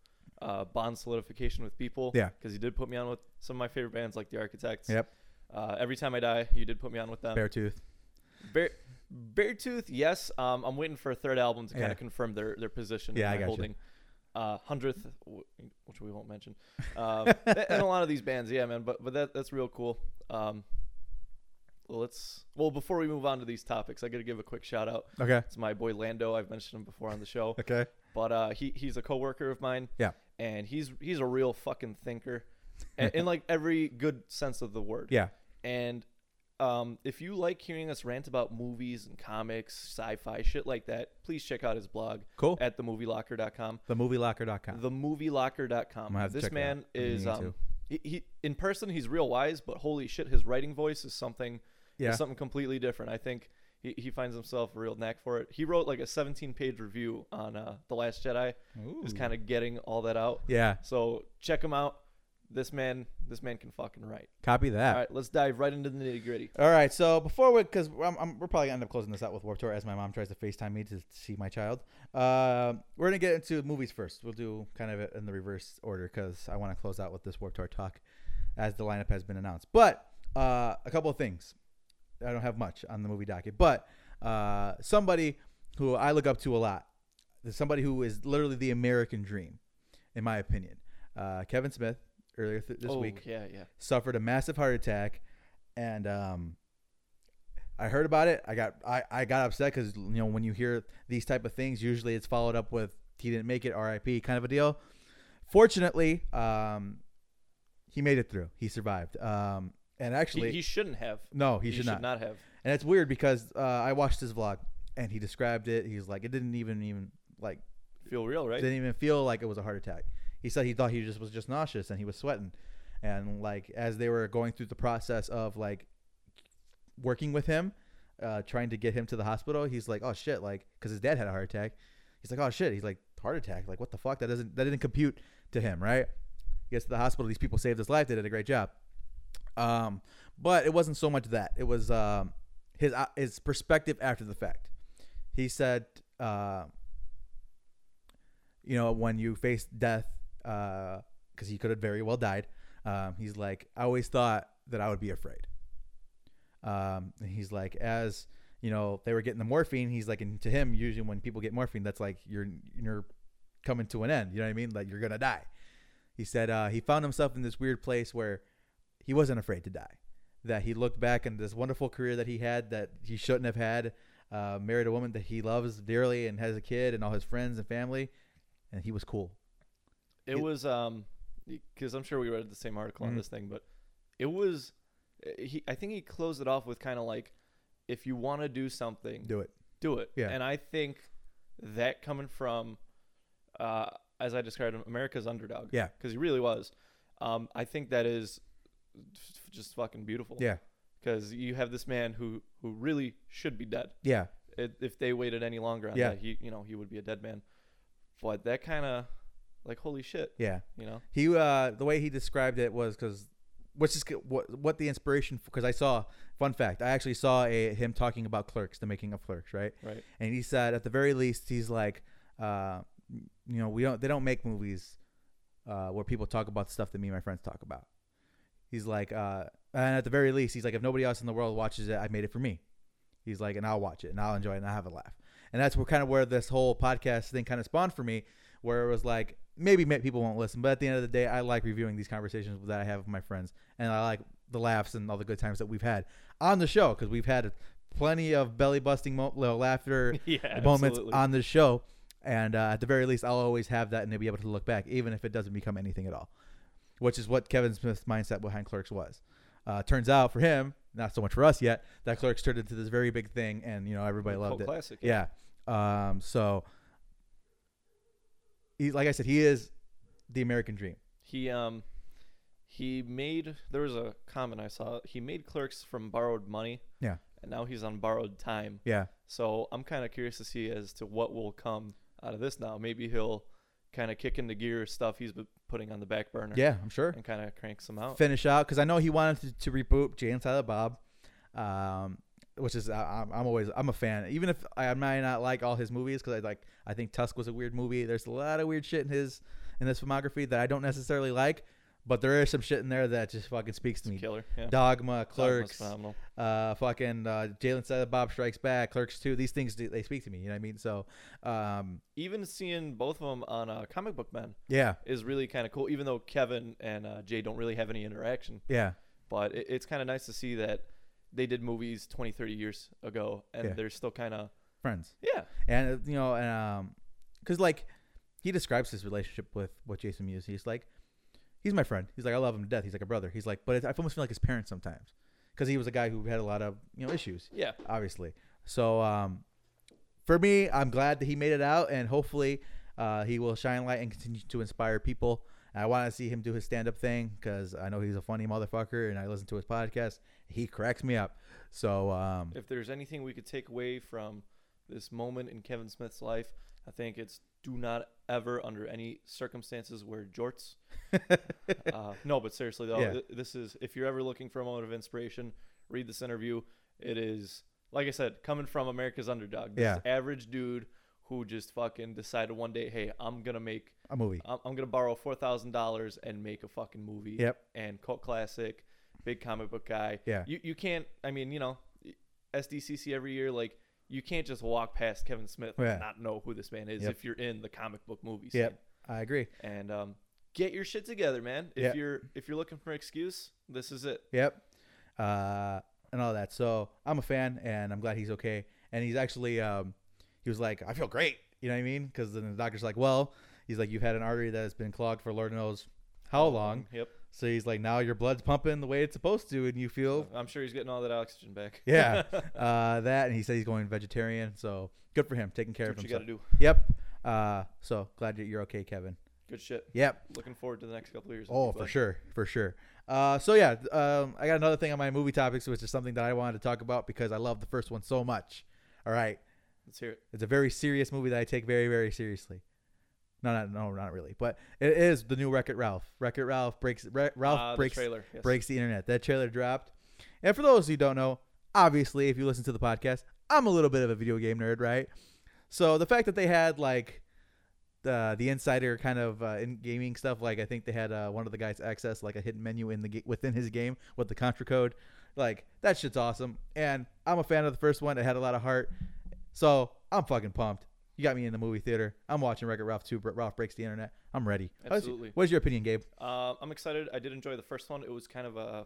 Speaker 2: uh, bond solidification with people.
Speaker 1: Yeah.
Speaker 2: Because you did put me on with some of my favorite bands, like The Architects.
Speaker 1: Yep.
Speaker 2: Uh, Every Time I Die, you did put me on with them.
Speaker 1: Beartooth,
Speaker 2: Bear, Beartooth, yes. Um, I'm waiting for a third album to kind
Speaker 1: Yeah.
Speaker 2: of confirm their their position.
Speaker 1: Yeah, I
Speaker 2: and their
Speaker 1: got you.
Speaker 2: holding. Uh, hundredth, w- which we won't mention, um, a- and a lot of these bands, yeah, man. But but that that's real cool. Um, let's well before we move on to these topics, I got to give a quick shout out
Speaker 1: okay,
Speaker 2: it's my boy Lando. I've mentioned him before on the show,
Speaker 1: okay,
Speaker 2: but uh, he he's a coworker of mine.
Speaker 1: Yeah.
Speaker 2: and he's he's a real fucking thinker, in, in like every good sense of the word.
Speaker 1: yeah,
Speaker 2: And um, if you like hearing us rant about movies and comics, sci-fi shit like that, please check out his blog
Speaker 1: cool.
Speaker 2: at themovielocker.com.
Speaker 1: TheMovieLocker.com. I'm
Speaker 2: Themovielocker.com.
Speaker 1: gonna have to
Speaker 2: This
Speaker 1: check it out.
Speaker 2: man
Speaker 1: I'm
Speaker 2: is
Speaker 1: gonna need
Speaker 2: um, he, he in person he's real wise, but holy shit, his writing voice is something
Speaker 1: yeah,
Speaker 2: is something completely different. I think he, he finds himself a real knack for it. He wrote like a 17 page review on uh, The Last Jedi, just
Speaker 1: Ooh.
Speaker 2: kind of getting all that out.
Speaker 1: yeah.
Speaker 2: So check him out. This man, this man can fucking write.
Speaker 1: Copy that.
Speaker 2: All right, let's dive right into the nitty gritty.
Speaker 1: All right, so before we, because I'm, I'm, we're probably gonna end up closing this out with Warped Tour as my mom tries to Facetime me to see my child. Um, we're gonna get into movies first. We'll do kind of it in the reverse order because I want to close out with this Warped Tour talk, as the lineup has been announced. But uh, a couple of things. I don't have much on the movie docket, but uh, somebody who I look up to a lot, somebody who is literally the American dream, in my opinion. Uh, Kevin Smith earlier th- this
Speaker 2: Oh,
Speaker 1: week
Speaker 2: yeah, yeah.
Speaker 1: suffered a massive heart attack, and um, I heard about it. I got I, I got upset because you know when you hear these type of things, usually it's followed up with he didn't make it, R.I.P. kind of a deal. Fortunately, um, he made it through. He survived. Um, and
Speaker 2: He,
Speaker 1: actually,
Speaker 2: he shouldn't have.
Speaker 1: no, he, should, not.
Speaker 2: have.
Speaker 1: And it's weird because uh, I watched his vlog and he described it. He's like, it didn't even even like
Speaker 2: Feel real, right?
Speaker 1: didn't even feel like it was a heart attack. He said he thought he just was just nauseous and he was sweating, and like as they were going through the process of like working with him, uh, trying to get him to the hospital, he's like, oh shit, like because his dad had a heart attack. He's like, oh shit, he's like heart attack, like what the fuck? That doesn't that didn't compute to him, right? He gets to the hospital. These people saved his life. They did a great job. Um, but it wasn't so much that it was um, his his perspective after the fact. He said. Uh, you know, when you face death, because he could have very well died, um, he's like, I always thought that I would be afraid. Um, and he's like, as you know, they were getting the morphine. He's like, and to him, usually when people get morphine, that's like you're you're coming to an end. You know what I mean? Like you're gonna die. He said uh, he found himself in this weird place where he wasn't afraid to die. That he looked back and this wonderful career that he had that he shouldn't have had, uh, married a woman that he loves dearly and has a kid and all his friends and family, and he was cool.
Speaker 2: It
Speaker 1: It-
Speaker 2: was um, because I'm sure we read the same article
Speaker 1: Mhm.
Speaker 2: on this thing, but it was. eh, He, I think he closed it off with kind of like, if you want to do something,
Speaker 1: Do it.
Speaker 2: do it.
Speaker 1: Yeah.
Speaker 2: And I think that coming from, uh, as I described him, America's underdog.
Speaker 1: Yeah.
Speaker 2: Because he really was. Um, I think that is f- just fucking beautiful.
Speaker 1: Yeah.
Speaker 2: Because you have this man who who really should be dead.
Speaker 1: Yeah.
Speaker 2: It, if they waited any longer on
Speaker 1: Yeah.
Speaker 2: that, he you know he would be a dead man. But that kind of like holy shit,
Speaker 1: Yeah.
Speaker 2: you know.
Speaker 1: He uh, the way he described it was because, which is what what the inspiration because I saw fun fact I actually saw a him talking about Clerks the making of Clerks right
Speaker 2: Right.
Speaker 1: and he said at the very least he's like uh, you know we don't they don't make movies uh, where people talk about stuff that me and my friends talk about he's like uh, and at the very least he's like if nobody else in the world watches it I made it for me he's like and I'll watch it and I'll enjoy it and I'll have a laugh and that's where kind of where this whole podcast thing kind of spawned for me, where it was like maybe ma- people won't listen, but at the end of the day, I like reviewing these conversations that I have with my friends, and I like the laughs and all the good times that we've had on the show because we've had plenty of belly busting mo- little laughter
Speaker 2: Yeah,
Speaker 1: moments
Speaker 2: absolutely.
Speaker 1: on the show, and uh, at the very least, I'll always have that and be able to look back, even if it doesn't become anything at all, which is what Kevin Smith's mindset behind Clerks was. Uh, turns out for him, not so much for us yet, that Clerks turned into this very big thing, and you know everybody
Speaker 2: Cult
Speaker 1: loved it.
Speaker 2: classic, yeah.
Speaker 1: Yeah. Um, so, he, like I said, he is the American dream.
Speaker 2: He um he made there was a comment I saw. He made clerks from borrowed money
Speaker 1: Yeah.
Speaker 2: and now he's on borrowed time.
Speaker 1: Yeah.
Speaker 2: So I'm kind of curious to see as to what will come out of this now. Maybe he'll kind of kick into gear stuff he's been putting on the back burner
Speaker 1: Yeah, I'm sure.
Speaker 2: and kind of crank some out.
Speaker 1: Finish out because I know he wanted to, to reboot Jay and Silent Bob, um, which is I, I'm- I'm always I'm a fan. Even if I might not like all his movies because I like I think Tusk was a weird movie. There's a lot of weird shit in his in his filmography that I don't necessarily like, but there is some shit in there that just fucking speaks to me.
Speaker 2: Killer. Yeah.
Speaker 1: Dogma,
Speaker 2: That was
Speaker 1: Clerks,
Speaker 2: phenomenal.
Speaker 1: uh, fucking uh, Jalen said Bob Strikes Back, Clerks Two. These things do- they speak to me. You know what I mean? So, um,
Speaker 2: Even seeing both of them on uh, Comic Book Men
Speaker 1: yeah,
Speaker 2: is really kind of cool. Even though Kevin and uh, Jay don't really have any interaction,
Speaker 1: yeah,
Speaker 2: but it, it's kind of nice to see that they did movies 20, 30 years ago, and
Speaker 1: Yeah.
Speaker 2: they're still kind of
Speaker 1: friends,
Speaker 2: yeah,
Speaker 1: and uh, you know, and um, because like he describes his relationship with with Jason Mewes. He's like, he's my friend. He's like, I love him to death. He's like a brother. He's like, but it's, I almost feel like his parents sometimes, because he was a guy who had a lot of you know issues.
Speaker 2: yeah.
Speaker 1: obviously. So um, for me, I'm glad that he made it out, and hopefully, uh, he will shine light and continue to inspire people. I want to see him do his stand up thing because I know he's a funny motherfucker, and I listen to his podcast. He cracks me up. So um,
Speaker 2: If there's anything we could take away from this moment in Kevin Smith's life, I think it's do not ever, under any circumstances, wear jorts. uh, no, but seriously though,
Speaker 1: Yeah.
Speaker 2: th- this is if you're ever looking for a moment of inspiration, read this interview. It is like I said, coming from America's underdog, this
Speaker 1: Yeah.
Speaker 2: average dude who just fucking decided one day, hey, I'm gonna make,
Speaker 1: a movie.
Speaker 2: I'm, I'm gonna borrow four thousand dollars and make a fucking movie.
Speaker 1: Yep.
Speaker 2: And cult classic, big comic book guy.
Speaker 1: Yeah.
Speaker 2: You you can't. I mean, you know, SDCC every year, like. You can't just walk past Kevin Smith
Speaker 1: Yeah.
Speaker 2: and not know who this man is
Speaker 1: Yep.
Speaker 2: if you're in the comic book movies
Speaker 1: Yep, I agree.
Speaker 2: and um, get your shit together, man. If
Speaker 1: Yeah.
Speaker 2: you're if you're looking for an excuse, this is it.
Speaker 1: Yep, uh, and all that. So I'm a fan, and I'm glad he's okay. And he's actually, um, he was like, I feel great. You know what I mean? Because then the doctor's like, well, he's like, you've had an artery that has been clogged for Lord knows how long.
Speaker 2: Yep.
Speaker 1: So he's like, now your blood's pumping the way it's supposed to, and you feel
Speaker 2: I'm sure he's getting all that oxygen back.
Speaker 1: yeah uh, that. And he said he's going vegetarian, so good for him, taking care
Speaker 2: Do
Speaker 1: of
Speaker 2: what you
Speaker 1: himself.
Speaker 2: got to do.
Speaker 1: Yep. Uh, so glad that you're okay, Kevin.
Speaker 2: Good shit.
Speaker 1: Yep.
Speaker 2: Looking forward to the next couple of years. with
Speaker 1: Oh,
Speaker 2: you,
Speaker 1: for
Speaker 2: bud.
Speaker 1: sure, for sure. Uh, so yeah, th- um, I got another thing on my movie topics, which is something that I wanted to talk about because I love the first one so much. All right,
Speaker 2: Let's hear it.
Speaker 1: it's a very serious movie that I take very, very seriously. No, no, no, not really, but it is the new Wreck It Ralph. Wreck It Ralph breaks. Re- Ralph
Speaker 2: Ah, the
Speaker 1: breaks
Speaker 2: trailer. Yes.
Speaker 1: breaks the internet. That trailer dropped. And for those who don't know, obviously, if you listen to the podcast, I'm a little bit of a video game nerd, right? So the fact that they had like the the insider kind of uh, in gaming stuff, like I think they had uh, one of the guys access like a hidden menu in the ga- within his game with the contra code, like that shit's awesome. And I'm a fan of the first one. It had a lot of heart, so I'm fucking pumped. You got me in the movie theater. I'm watching Record Ralph 2. Ralph breaks the internet. I'm ready. How's-
Speaker 2: Absolutely.
Speaker 1: What is your opinion, Gabe?
Speaker 2: Uh, I'm excited. I did enjoy the first one. It was kind of a.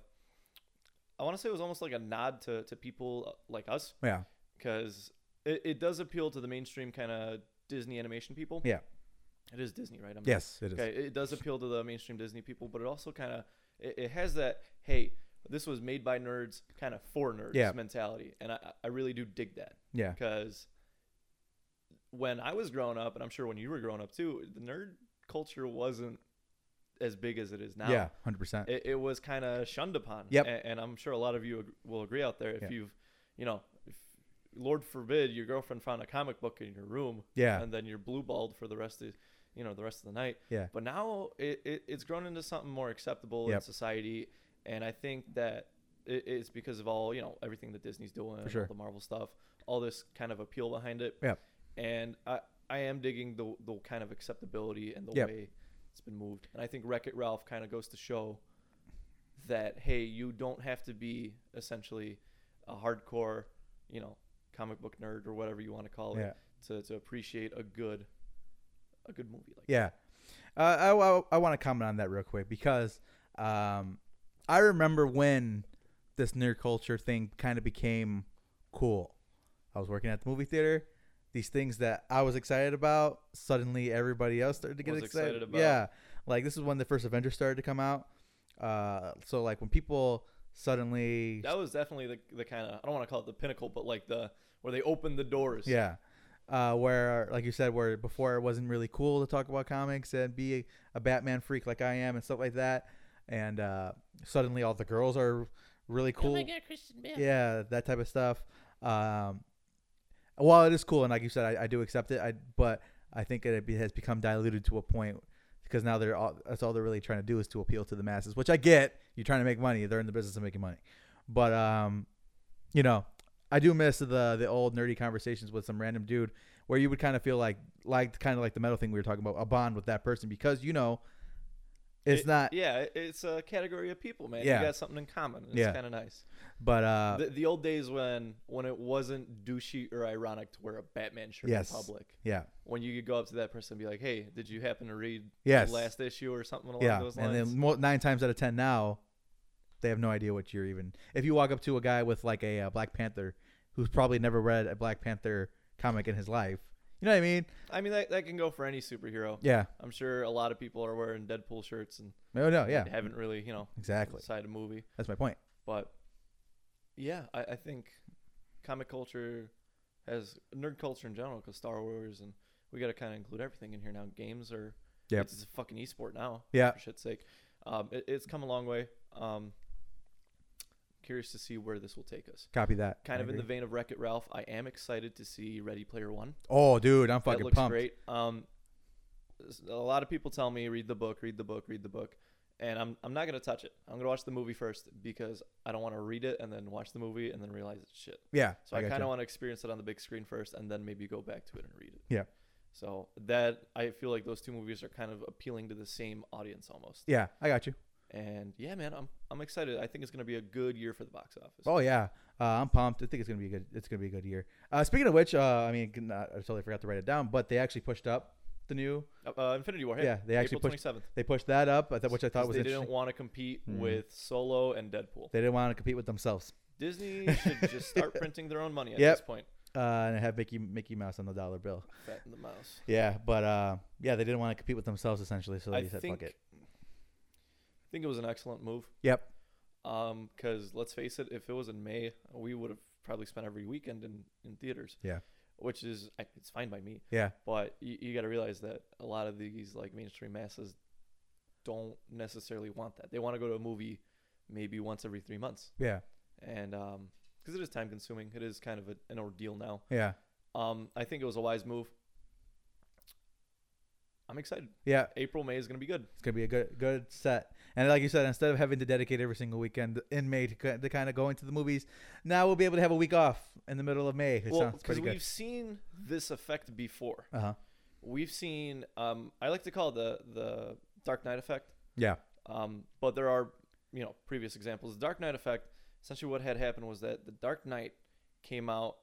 Speaker 2: I want to say it was almost like a nod to to people uh, like us
Speaker 1: Yeah.
Speaker 2: because it, it does appeal to the mainstream kind of Disney animation people.
Speaker 1: Yeah.
Speaker 2: It is Disney, right? I'm
Speaker 1: Yes, it is.
Speaker 2: Okay, it does appeal to the mainstream Disney people, but it also kind of it, it has that hey, this was made by nerds, kind of for nerds
Speaker 1: Yeah.
Speaker 2: mentality, and I I really do dig that
Speaker 1: Yeah.
Speaker 2: because when I was growing up, and I'm sure when you were growing up too, the nerd culture wasn't as big as it is now.
Speaker 1: Yeah. Hundred percent.
Speaker 2: It, it was kind of shunned upon.
Speaker 1: Yep.
Speaker 2: A- And, I'm sure a lot of you ag- will agree out there if
Speaker 1: Yeah.
Speaker 2: you've, you know, if Lord forbid your girlfriend found a comic book in your room
Speaker 1: Yeah.
Speaker 2: and then you're blue balled for the rest of, you know, the rest of the night.
Speaker 1: Yeah.
Speaker 2: But now it, it, it's grown into something more acceptable in
Speaker 1: Yep.
Speaker 2: society. And I think that it, it's because of all, you know, everything that Disney's doing,
Speaker 1: sure.
Speaker 2: all the Marvel stuff, all this kind of appeal behind it.
Speaker 1: Yep.
Speaker 2: And I, I am digging the, the kind of acceptability and the
Speaker 1: Yep.
Speaker 2: way it's been moved. And I think Wreck It Ralph kind of goes to show that, hey, you don't have to be essentially a hardcore, you know, comic book nerd or whatever you want to call it
Speaker 1: Yeah.
Speaker 2: to, to appreciate a good a good movie like
Speaker 1: Yeah. Uh, I, I, want to comment on that real quick because um, I remember when this nerd culture thing kind of became cool. I was working at the movie theater. These things that I was excited about, suddenly everybody else started to get
Speaker 2: Was
Speaker 1: excited.
Speaker 2: excited about.
Speaker 1: Yeah. Like this is when the first Avengers started to come out. Uh, so like when people suddenly
Speaker 2: that was definitely the, the kind of I don't want to call it the pinnacle, but like the where they opened the doors.
Speaker 1: Yeah. Uh, where, like you said, where before it wasn't really cool to talk about comics and be a, Batman freak like I am and stuff like that. And uh, suddenly all the girls are really cool.
Speaker 2: Christian
Speaker 1: yeah, that type of stuff. Um, while it is cool, and like you said, I, I do accept it. I but I think it be- has become diluted to a point because now they're all that's all they're really trying to do is to appeal to the masses, which I get. You're trying to make money. They're in the business of making money, but um, you know, I do miss the the old nerdy conversations with some random dude where you would kind of feel like like kind of like the metal thing we were talking about, a bond with that person because you know, it's
Speaker 2: It-
Speaker 1: not.
Speaker 2: Yeah, it- it's a category of people, man.
Speaker 1: Yeah.
Speaker 2: You got something in common. It's
Speaker 1: Yeah.
Speaker 2: kind of nice.
Speaker 1: But uh,
Speaker 2: the, the old days when when it wasn't douchey or ironic to wear a Batman shirt
Speaker 1: Yes.
Speaker 2: in public.
Speaker 1: yeah,
Speaker 2: When you could go up to that person and be like, "Hey, did you happen to read
Speaker 1: Yes.
Speaker 2: the last issue or something along
Speaker 1: yeah,
Speaker 2: those
Speaker 1: and
Speaker 2: lines?"
Speaker 1: then mo- nine times out of ten now, they have no idea what you're even. If you walk up to a guy with like a uh, Black Panther, who's probably never read a Black Panther comic in his life, you know what I mean?
Speaker 2: I mean, that, that can go for any superhero.
Speaker 1: Yeah.
Speaker 2: I'm sure a lot of people are wearing Deadpool shirts and
Speaker 1: Oh no, yeah,
Speaker 2: haven't really, you know,
Speaker 1: exactly.
Speaker 2: decided a movie.
Speaker 1: That's my point.
Speaker 2: But yeah, I, I think comic culture has nerd culture in general because Star Wars and we got to kind of include everything in here now. Games are
Speaker 1: Yep. Uh,
Speaker 2: it's a fucking esport now.
Speaker 1: Yeah.
Speaker 2: for shit's sake, um, it, it's come a long way. Um, curious to see where this will take us.
Speaker 1: Copy that.
Speaker 2: Kind
Speaker 1: I
Speaker 2: of in the
Speaker 1: agree.
Speaker 2: vein of Wreck It Ralph, I am excited to see Ready Player One.
Speaker 1: Oh, dude, I'm
Speaker 2: that
Speaker 1: fucking
Speaker 2: looks
Speaker 1: pumped.
Speaker 2: great. Um, s- a lot of people tell me read the book, read the book, read the book, and I'm I'm not gonna touch it. I'm gonna watch the movie first because I don't want to read it and then watch the movie and then realize it's shit.
Speaker 1: Yeah.
Speaker 2: So I,
Speaker 1: gotcha.
Speaker 2: kind of want to experience it on the big screen first and then maybe go back to it and read it.
Speaker 1: Yeah.
Speaker 2: So that I feel like those two movies are kind of appealing to the same audience almost.
Speaker 1: Yeah, I got you.
Speaker 2: And yeah, man, I'm I'm excited. I think it's gonna be a good year for the box office.
Speaker 1: Oh yeah, uh, I'm pumped. I think it's gonna be a good. It's gonna be a good year. Uh, speaking of which, uh, I mean, not, I totally forgot to write it down, but they actually pushed up the new.
Speaker 2: Uh, uh, Infinity War. Hey,
Speaker 1: Yeah, they actually
Speaker 2: April
Speaker 1: pushed-
Speaker 2: 27th.
Speaker 1: They pushed that up, I thought- which I thought
Speaker 2: 'Cause
Speaker 1: was
Speaker 2: they
Speaker 1: interesting.
Speaker 2: didn't want to compete
Speaker 1: Mhm.
Speaker 2: with Solo and Deadpool.
Speaker 1: they didn't want to compete with themselves.
Speaker 2: Disney should just start printing their own money at
Speaker 1: Yep.
Speaker 2: this point.
Speaker 1: uh, and have Mickey Mickey Mouse on the dollar bill.
Speaker 2: Fat in the mouse.
Speaker 1: Yeah, but uh, yeah, they didn't want to compete with themselves essentially, so they
Speaker 2: I
Speaker 1: said
Speaker 2: think
Speaker 1: fuck it.
Speaker 2: I think it was an excellent move.
Speaker 1: Yep.
Speaker 2: Um, because let's face it, if it was in May, we would have probably spent every weekend in in theaters.
Speaker 1: Yeah.
Speaker 2: Which is I- it's fine by me,
Speaker 1: Yeah,
Speaker 2: but you, you got to realize that a lot of these like mainstream masses don't necessarily want that. They want to go to a movie maybe once every three months,
Speaker 1: yeah,
Speaker 2: and um, because it is time consuming, it is kind of a, an ordeal now.
Speaker 1: yeah,
Speaker 2: Um, I think it was a wise move. I'm excited.
Speaker 1: yeah.
Speaker 2: April May is gonna be good.
Speaker 1: It's gonna be a good good set. And like you said, instead of having to dedicate every single weekend in May to, ki- to kind of going to the movies, now we'll be able to have a week off in the middle of May. It
Speaker 2: well,
Speaker 1: sounds
Speaker 2: because
Speaker 1: pretty good.
Speaker 2: we've seen this effect before.
Speaker 1: Uh huh.
Speaker 2: We've seen. Um, I like to call it the the Dark Knight effect.
Speaker 1: Yeah.
Speaker 2: Um, but there are you know previous examples. The Dark Knight effect. Essentially, what had happened was that the Dark Knight came out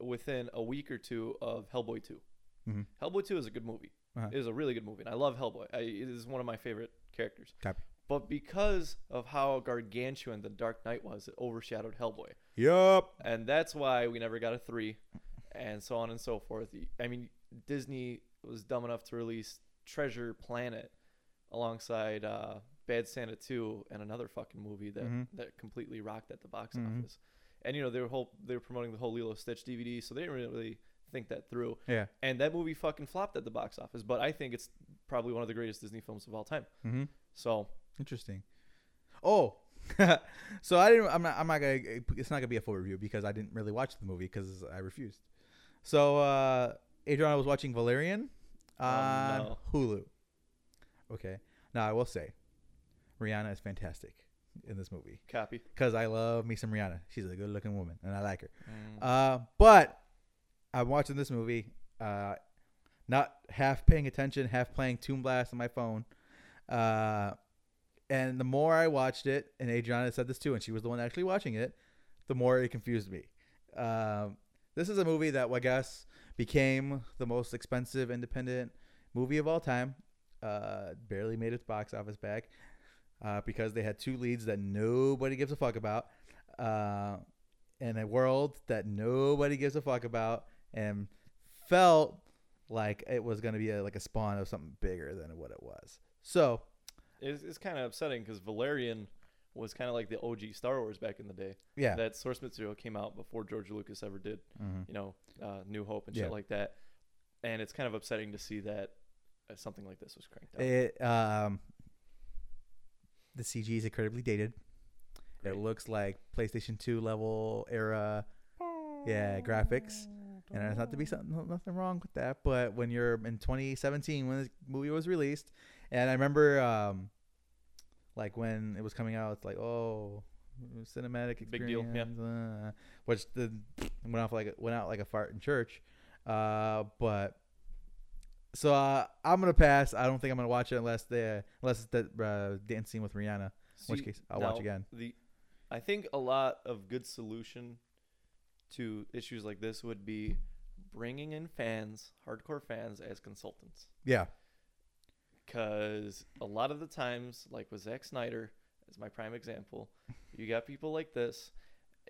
Speaker 2: within a week or two of Hellboy two.
Speaker 1: Mhm.
Speaker 2: Hellboy two is a good movie.
Speaker 1: Uh-huh.
Speaker 2: It is a really good movie, and I love Hellboy. I, it is one of my favorite characters.
Speaker 1: Copy.
Speaker 2: But because of how gargantuan the Dark Knight was, it overshadowed Hellboy
Speaker 1: Yup.
Speaker 2: and that's why we never got a three, and so on and so forth. I mean, Disney was dumb enough to release Treasure Planet alongside uh, Bad Santa Two and another fucking movie that
Speaker 1: Mhm.
Speaker 2: that completely rocked at the box
Speaker 1: Mhm.
Speaker 2: office. And you know they were whole they were promoting the whole Lilo Stitch DVD, so they didn't really think that through.
Speaker 1: Yeah.
Speaker 2: And that movie fucking flopped at the box office, but I think it's probably one of the greatest Disney films of all time.
Speaker 1: Mm-hmm.
Speaker 2: So
Speaker 1: Interesting. Oh, so I didn't. I'm not. I'm not gonna. It's not gonna be a full review because I didn't really watch the movie because I refused. So uh, Adriana was watching Valerian
Speaker 2: Oh,
Speaker 1: on
Speaker 2: no.
Speaker 1: Hulu. Okay. Now I will say, Rihanna is fantastic in this movie
Speaker 2: copy.
Speaker 1: because I love me some Rihanna. She's a good-looking woman and I like her.
Speaker 2: Mm.
Speaker 1: Uh, but I'm watching this movie, uh, not half paying attention, half playing Toon Blast on my phone. Uh, and the more I watched it, and Adriana said this too, and she was the one actually watching it, the more it confused me. Um, this is a movie that I guess became the most expensive independent movie of all time. Uh, barely made its box office back uh, because they had two leads that nobody gives a fuck about, uh, in a world that nobody gives a fuck about, and felt like it was going to be a, like a spawn of something bigger than what it was. So
Speaker 2: It's, it's kind of upsetting because Valerian was kind of like the OG Star Wars back in the day.
Speaker 1: yeah,
Speaker 2: That source material came out before George Lucas ever did,
Speaker 1: Mhm.
Speaker 2: you know, uh, New Hope and
Speaker 1: Yeah.
Speaker 2: shit like that. And it's kind of upsetting to see that uh, something like this was cranked out.
Speaker 1: It um the CG is incredibly dated.
Speaker 2: Great.
Speaker 1: It looks like PlayStation 2 level era yeah, graphics. And there's not to be something, nothing wrong with that, but when you're in 2017 when this movie was released, and I remember um like when it was coming out, it's like, "Oh, cinematic experience."
Speaker 2: Big deal, yeah.
Speaker 1: uh, which the went off like a- went out like a fart in church. Uh but so uh, I'm gonna pass. I don't think I'm gonna watch it unless the unless it's the uh, dance scene with Rihanna. In which
Speaker 2: See,
Speaker 1: case, I'll watch
Speaker 2: now,
Speaker 1: again.
Speaker 2: The, I think a lot of good solution to issues like this would be bringing in fans, hardcore fans, as consultants.
Speaker 1: Yeah,
Speaker 2: Because a lot of the times, like with Zack Snyder, as my prime example, you got people like this.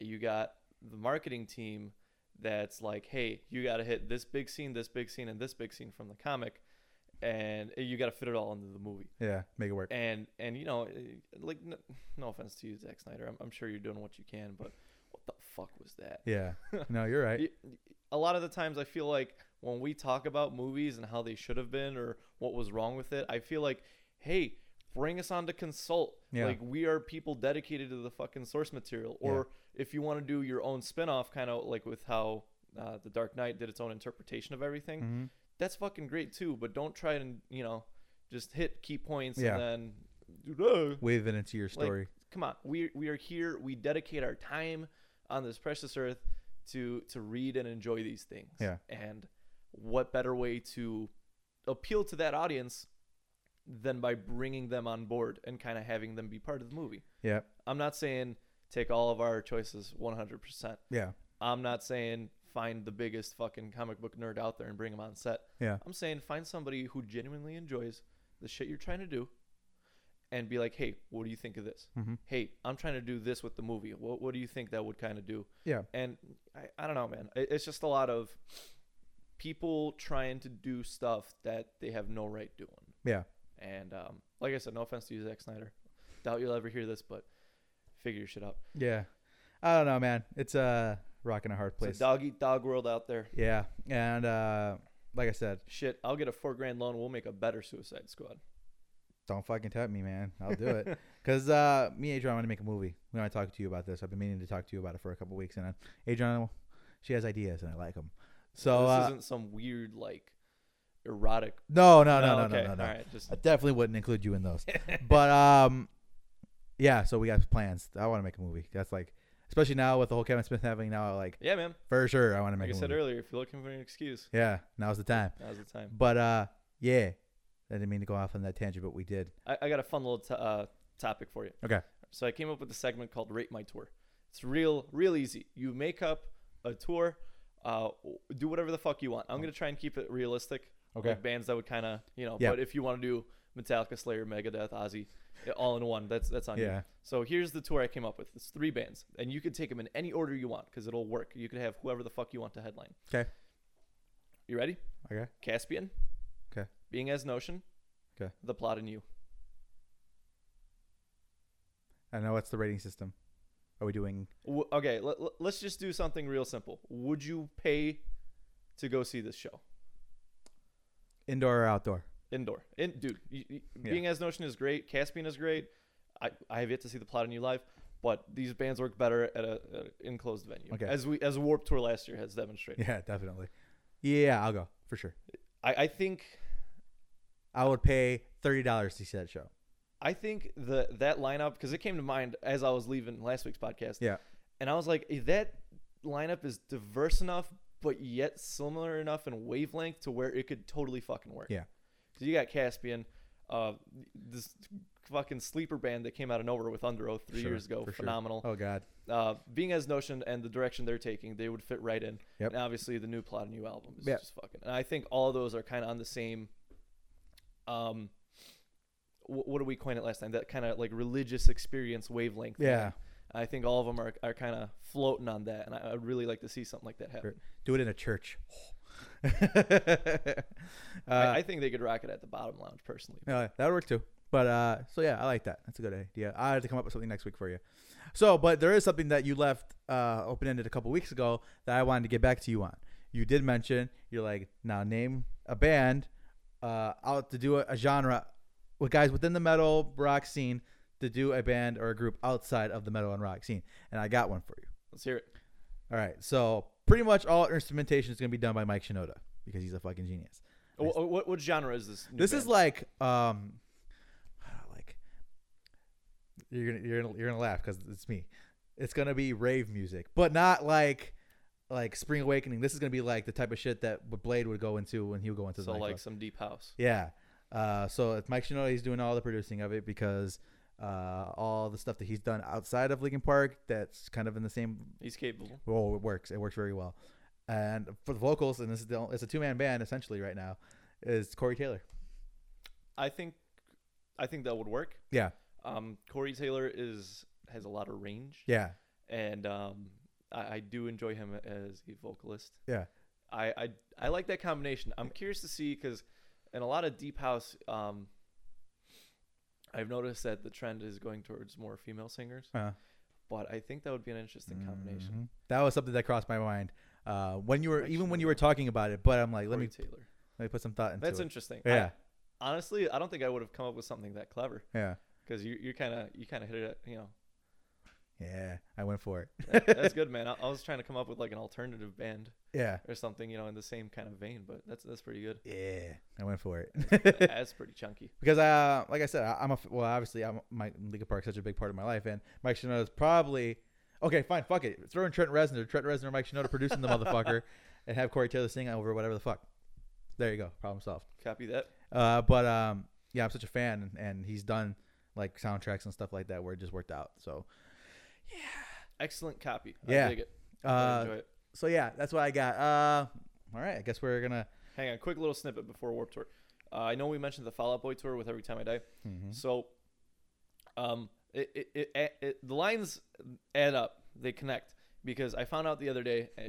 Speaker 2: You got the marketing team that's like, hey, you got to hit this big scene, this big scene, and this big scene from the comic, and eh, you got to fit it all into the movie.
Speaker 1: yeah, make it work.
Speaker 2: And and you know, eh, like no, no offense to you, Zack Snyder, I'm, I'm sure you're doing what you can, but what the fuck was that?
Speaker 1: Yeah, no, you're right.
Speaker 2: Y- A lot of the times, I feel like when we talk about movies and how they should have been or what was wrong with it, I feel like, hey, bring us on to consult.
Speaker 1: Yeah.
Speaker 2: Like we are people dedicated to the fucking source material. Or if you want to do your own spin-off, kind of like with how uh, the Dark Knight did its own interpretation of everything
Speaker 1: hmm
Speaker 2: that's fucking great too. But don't try and you know just hit key points
Speaker 1: Yeah.
Speaker 2: and then
Speaker 1: Wave it into your
Speaker 2: Like,
Speaker 1: story.
Speaker 2: come on. We we are here. We dedicate our time on this precious earth to to read and enjoy these things.
Speaker 1: Yeah.
Speaker 2: And what better way to appeal to that audience than by bringing them on board and kind of having them be part of the movie?
Speaker 1: yeah,
Speaker 2: I'm not saying take all of our choices 100. percent
Speaker 1: yeah,
Speaker 2: I'm not saying find the biggest fucking comic book nerd out there and bring him on set.
Speaker 1: yeah,
Speaker 2: I'm saying find somebody who genuinely enjoys the shit you're trying to do and be like, hey, what do you think of this?
Speaker 1: Mhm.
Speaker 2: Hey, I'm trying to do this with the movie. What, what do you think that would kind of do?
Speaker 1: yeah,
Speaker 2: And I, I don't know, man. It, it's just a lot of people trying to do stuff that they have no right doing.
Speaker 1: yeah.
Speaker 2: And um, like I said, no offense to you, Zack Snyder. Doubt you'll ever hear this, but figure your shit out.
Speaker 1: Yeah. I don't know, man. It's a rock and a hard place.
Speaker 2: It's a dog eat dog world out there.
Speaker 1: yeah. And uh, like I said,
Speaker 2: Shit, I'll get a four grand loan. We'll make a better Suicide Squad.
Speaker 1: don't fucking tempt me, man. I'll do it. Because uh, me and Adrian want to make a movie. We want to talk to you about this. I've been meaning to talk to you about it for a couple weeks. And uh, Adrian, she has ideas, and I like them. So,
Speaker 2: Oh, this
Speaker 1: uh,
Speaker 2: isn't some weird like erotic. Oh,
Speaker 1: no, no, no, no,
Speaker 2: okay.
Speaker 1: no, no, no.
Speaker 2: All right, just
Speaker 1: I definitely wouldn't include you in those. but um, yeah. So we got plans. I want to make a movie. That's like, especially now with the whole Kevin Smith having now, like
Speaker 2: yeah, man.
Speaker 1: for sure, I want to
Speaker 2: Like
Speaker 1: make
Speaker 2: I
Speaker 1: a
Speaker 2: said
Speaker 1: movie.
Speaker 2: earlier, if you're looking for an excuse,
Speaker 1: Yeah, now's the time.
Speaker 2: now's the time.
Speaker 1: But uh, yeah, I didn't mean to go off on that tangent, but we did.
Speaker 2: I, I got a fun little t- uh, topic for you.
Speaker 1: Okay.
Speaker 2: So I came up with a segment called Rate My Tour. It's real, real easy. You make up a tour, uh, do whatever the fuck you want. I'm gonna try and keep it realistic.
Speaker 1: Okay.
Speaker 2: Like bands that would kind of, you know,
Speaker 1: Yeah.
Speaker 2: but if you want to do Metallica, Slayer, Megadeth, Ozzy, all in one, that's that's on you.
Speaker 1: Yeah.
Speaker 2: So here's the tour I came up with. It's three bands, and you could take them in any order you want because it'll work. You could have whoever the fuck you want to headline.
Speaker 1: Okay.
Speaker 2: You ready?
Speaker 1: Okay.
Speaker 2: Caspian.
Speaker 1: 'Kay.
Speaker 2: Being as Notion.
Speaker 1: 'Kay.
Speaker 2: The Plot and You.
Speaker 1: I know it's the rating system. Are we doing?
Speaker 2: W- okay, let, let- let's just do something real simple. Would you pay to go see this show?
Speaker 1: Indoor or outdoor?
Speaker 2: Indoor. In, dude, y y-
Speaker 1: Yeah.
Speaker 2: Being as Notion is great. Caspian is great. I, I have yet to see The Plot and You live, but these bands work better at a, at a enclosed venue.
Speaker 1: Okay.
Speaker 2: As we as Warp Tour last year has demonstrated.
Speaker 1: Yeah, definitely. Yeah, I'll go for sure.
Speaker 2: I, I think
Speaker 1: I would pay thirty dollars to see that show.
Speaker 2: I think the that lineup because it came to mind as I was leaving last week's podcast.
Speaker 1: Yeah.
Speaker 2: and I was like, "Eh, that lineup is diverse enough, but yet similar enough in wavelength to where it could totally fucking work.
Speaker 1: Yeah.
Speaker 2: So you got Caspian, uh, this fucking sleeper band that came out of nowhere with Under Oath three
Speaker 1: Sure,
Speaker 2: years ago.
Speaker 1: for sure.
Speaker 2: Phenomenal.
Speaker 1: Oh God.
Speaker 2: Uh, being as notion and the direction they're taking, they would fit right in.
Speaker 1: Yep.
Speaker 2: And obviously, the new plot and new album is
Speaker 1: Yeah.
Speaker 2: just fucking. And I think all of those are kind of on the same. Um, wh- what do we coin it last time? That kind of like religious experience wavelength.
Speaker 1: Yeah.
Speaker 2: I think all of them are, are kind of floating on that, and I, I would really like to see something like that happen.
Speaker 1: Sure. Do it in a church. Uh,
Speaker 2: I, I think they could rock it at the bottom lounge personally.
Speaker 1: No, that would work too. But uh, so yeah, I like that. That's a good idea. I have to come up with something next week for you. So, but there is something that you left uh, open ended a couple weeks ago that I wanted to get back to you on. You did mention you're like now name a band uh, out to do a, a genre with guys within the metal rock scene to do a band or a group outside of the metal and rock scene, and I got one for you.
Speaker 2: Let's hear it.
Speaker 1: All right, so pretty much all instrumentation is going to be done by Mike Shinoda because he's a fucking genius.
Speaker 2: Wh- wh- What, what genre is this? new
Speaker 1: This is
Speaker 2: band?
Speaker 1: like um, like you're gonna you're gonna you're gonna laugh because it's me. It's gonna be rave music, but not like like Spring Awakening. This is gonna be like the type of shit that Blade would go into when he would go into
Speaker 2: so
Speaker 1: the
Speaker 2: like
Speaker 1: nightclub.
Speaker 2: some deep house.
Speaker 1: Yeah. Uh, so it's Mike Shinoda. He's doing all the producing of it because uh, all the stuff that he's done outside of Linkin Park that's kind of in the same
Speaker 2: He's capable.
Speaker 1: Oh, it works. It works very well. And for the vocals, and this is the, only- it's a two man band essentially right now, is Corey Taylor.
Speaker 2: I think, I think that would work.
Speaker 1: Yeah,
Speaker 2: Um, Corey Taylor is has a lot of range,
Speaker 1: yeah,
Speaker 2: and um, I, I do enjoy him as a vocalist.
Speaker 1: yeah.
Speaker 2: I I, I like that combination. I'm curious to see because in a lot of deep house, um, I've noticed that the trend is going towards more female singers.
Speaker 1: Uh,
Speaker 2: But I think that would be an interesting combination.
Speaker 1: mhm. That was something that crossed my mind uh, when you were even when you were talking about it. But I'm like, let
Speaker 2: Corey
Speaker 1: me
Speaker 2: Taylor.
Speaker 1: let me put some thought into
Speaker 2: That's
Speaker 1: it.
Speaker 2: interesting. I-
Speaker 1: Yeah,
Speaker 2: honestly, I don't think I would have come up with something that clever
Speaker 1: yeah,
Speaker 2: because you you kind of you kind of hit it. You know,
Speaker 1: yeah. I went for
Speaker 2: That-
Speaker 1: it.
Speaker 2: that's good, man. I, I was trying to come up with like an alternative band
Speaker 1: yeah,
Speaker 2: or something. You know, in the same kind of vein, but that's that's pretty good.
Speaker 1: yeah. I went for it.
Speaker 2: that's pretty chunky.
Speaker 1: because uh, like I said, I- I'm a f- well, obviously, I'm my Linkin Park is such a big part of my life, and Mike Shinoda's probably okay. Fine, fuck it, throw in Trent Reznor, Trent Reznor, Mike Shinoda producing the motherfucker, and have Corey Taylor sing over whatever the fuck. There you go, problem solved.
Speaker 2: Copy that.
Speaker 1: Uh, but um, yeah, I'm such a fan, and, and he's done like soundtracks and stuff like that where it just worked out. So,
Speaker 2: Excellent copy. I
Speaker 1: Yeah.
Speaker 2: dig it. I
Speaker 1: uh,
Speaker 2: enjoy it.
Speaker 1: so yeah, that's what I got. Uh, all right, I guess we're gonna.
Speaker 2: Hang on, quick little snippet before Warp Tour. Uh, I know we mentioned the Fall Out Boy tour with Every Time I Die.
Speaker 1: Mm-hmm.
Speaker 2: So, um, it, it, it, it, the lines add up. They connect because I found out the other day. eh,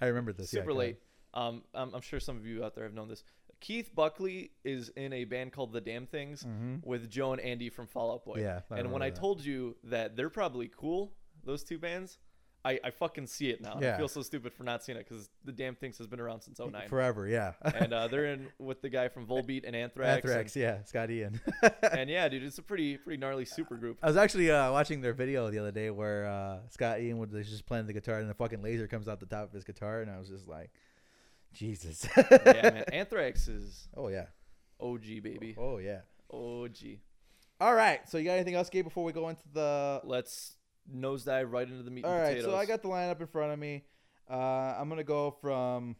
Speaker 1: I remember this. yeah,
Speaker 2: super
Speaker 1: go ahead.
Speaker 2: late. Um, I'm, I'm sure some of you out there have known this. Keith Buckley is in a band called The Damn Things with Joe and Andy from Fall Out Boy.
Speaker 1: Mm-hmm. Yeah, I
Speaker 2: and when
Speaker 1: remember
Speaker 2: I
Speaker 1: that.
Speaker 2: told you that they're probably cool, those two bands, I, I fucking see it now. and I
Speaker 1: Yeah.
Speaker 2: feel so stupid for not seeing it because The Damn Things has been around since 09.
Speaker 1: Forever, yeah.
Speaker 2: and uh, they're in with the guy from Volbeat and Anthrax.
Speaker 1: Anthrax, yeah, Scott Ian.
Speaker 2: And, and yeah, dude, it's a pretty pretty gnarly super group.
Speaker 1: I was actually uh, watching their video the other day where uh, Scott Ian was just playing the guitar and a fucking laser comes out the top of his guitar, and I was just like, Jesus.
Speaker 2: yeah, man. Anthrax is
Speaker 1: oh yeah.
Speaker 2: OG, baby.
Speaker 1: Oh yeah.
Speaker 2: OG.
Speaker 1: All right. So you got anything else, Gabe? Before we go into the
Speaker 2: Let's nosedive right into the meat
Speaker 1: all
Speaker 2: and
Speaker 1: right.
Speaker 2: potatoes.
Speaker 1: So I got the lineup in front of me. Uh, I'm gonna go from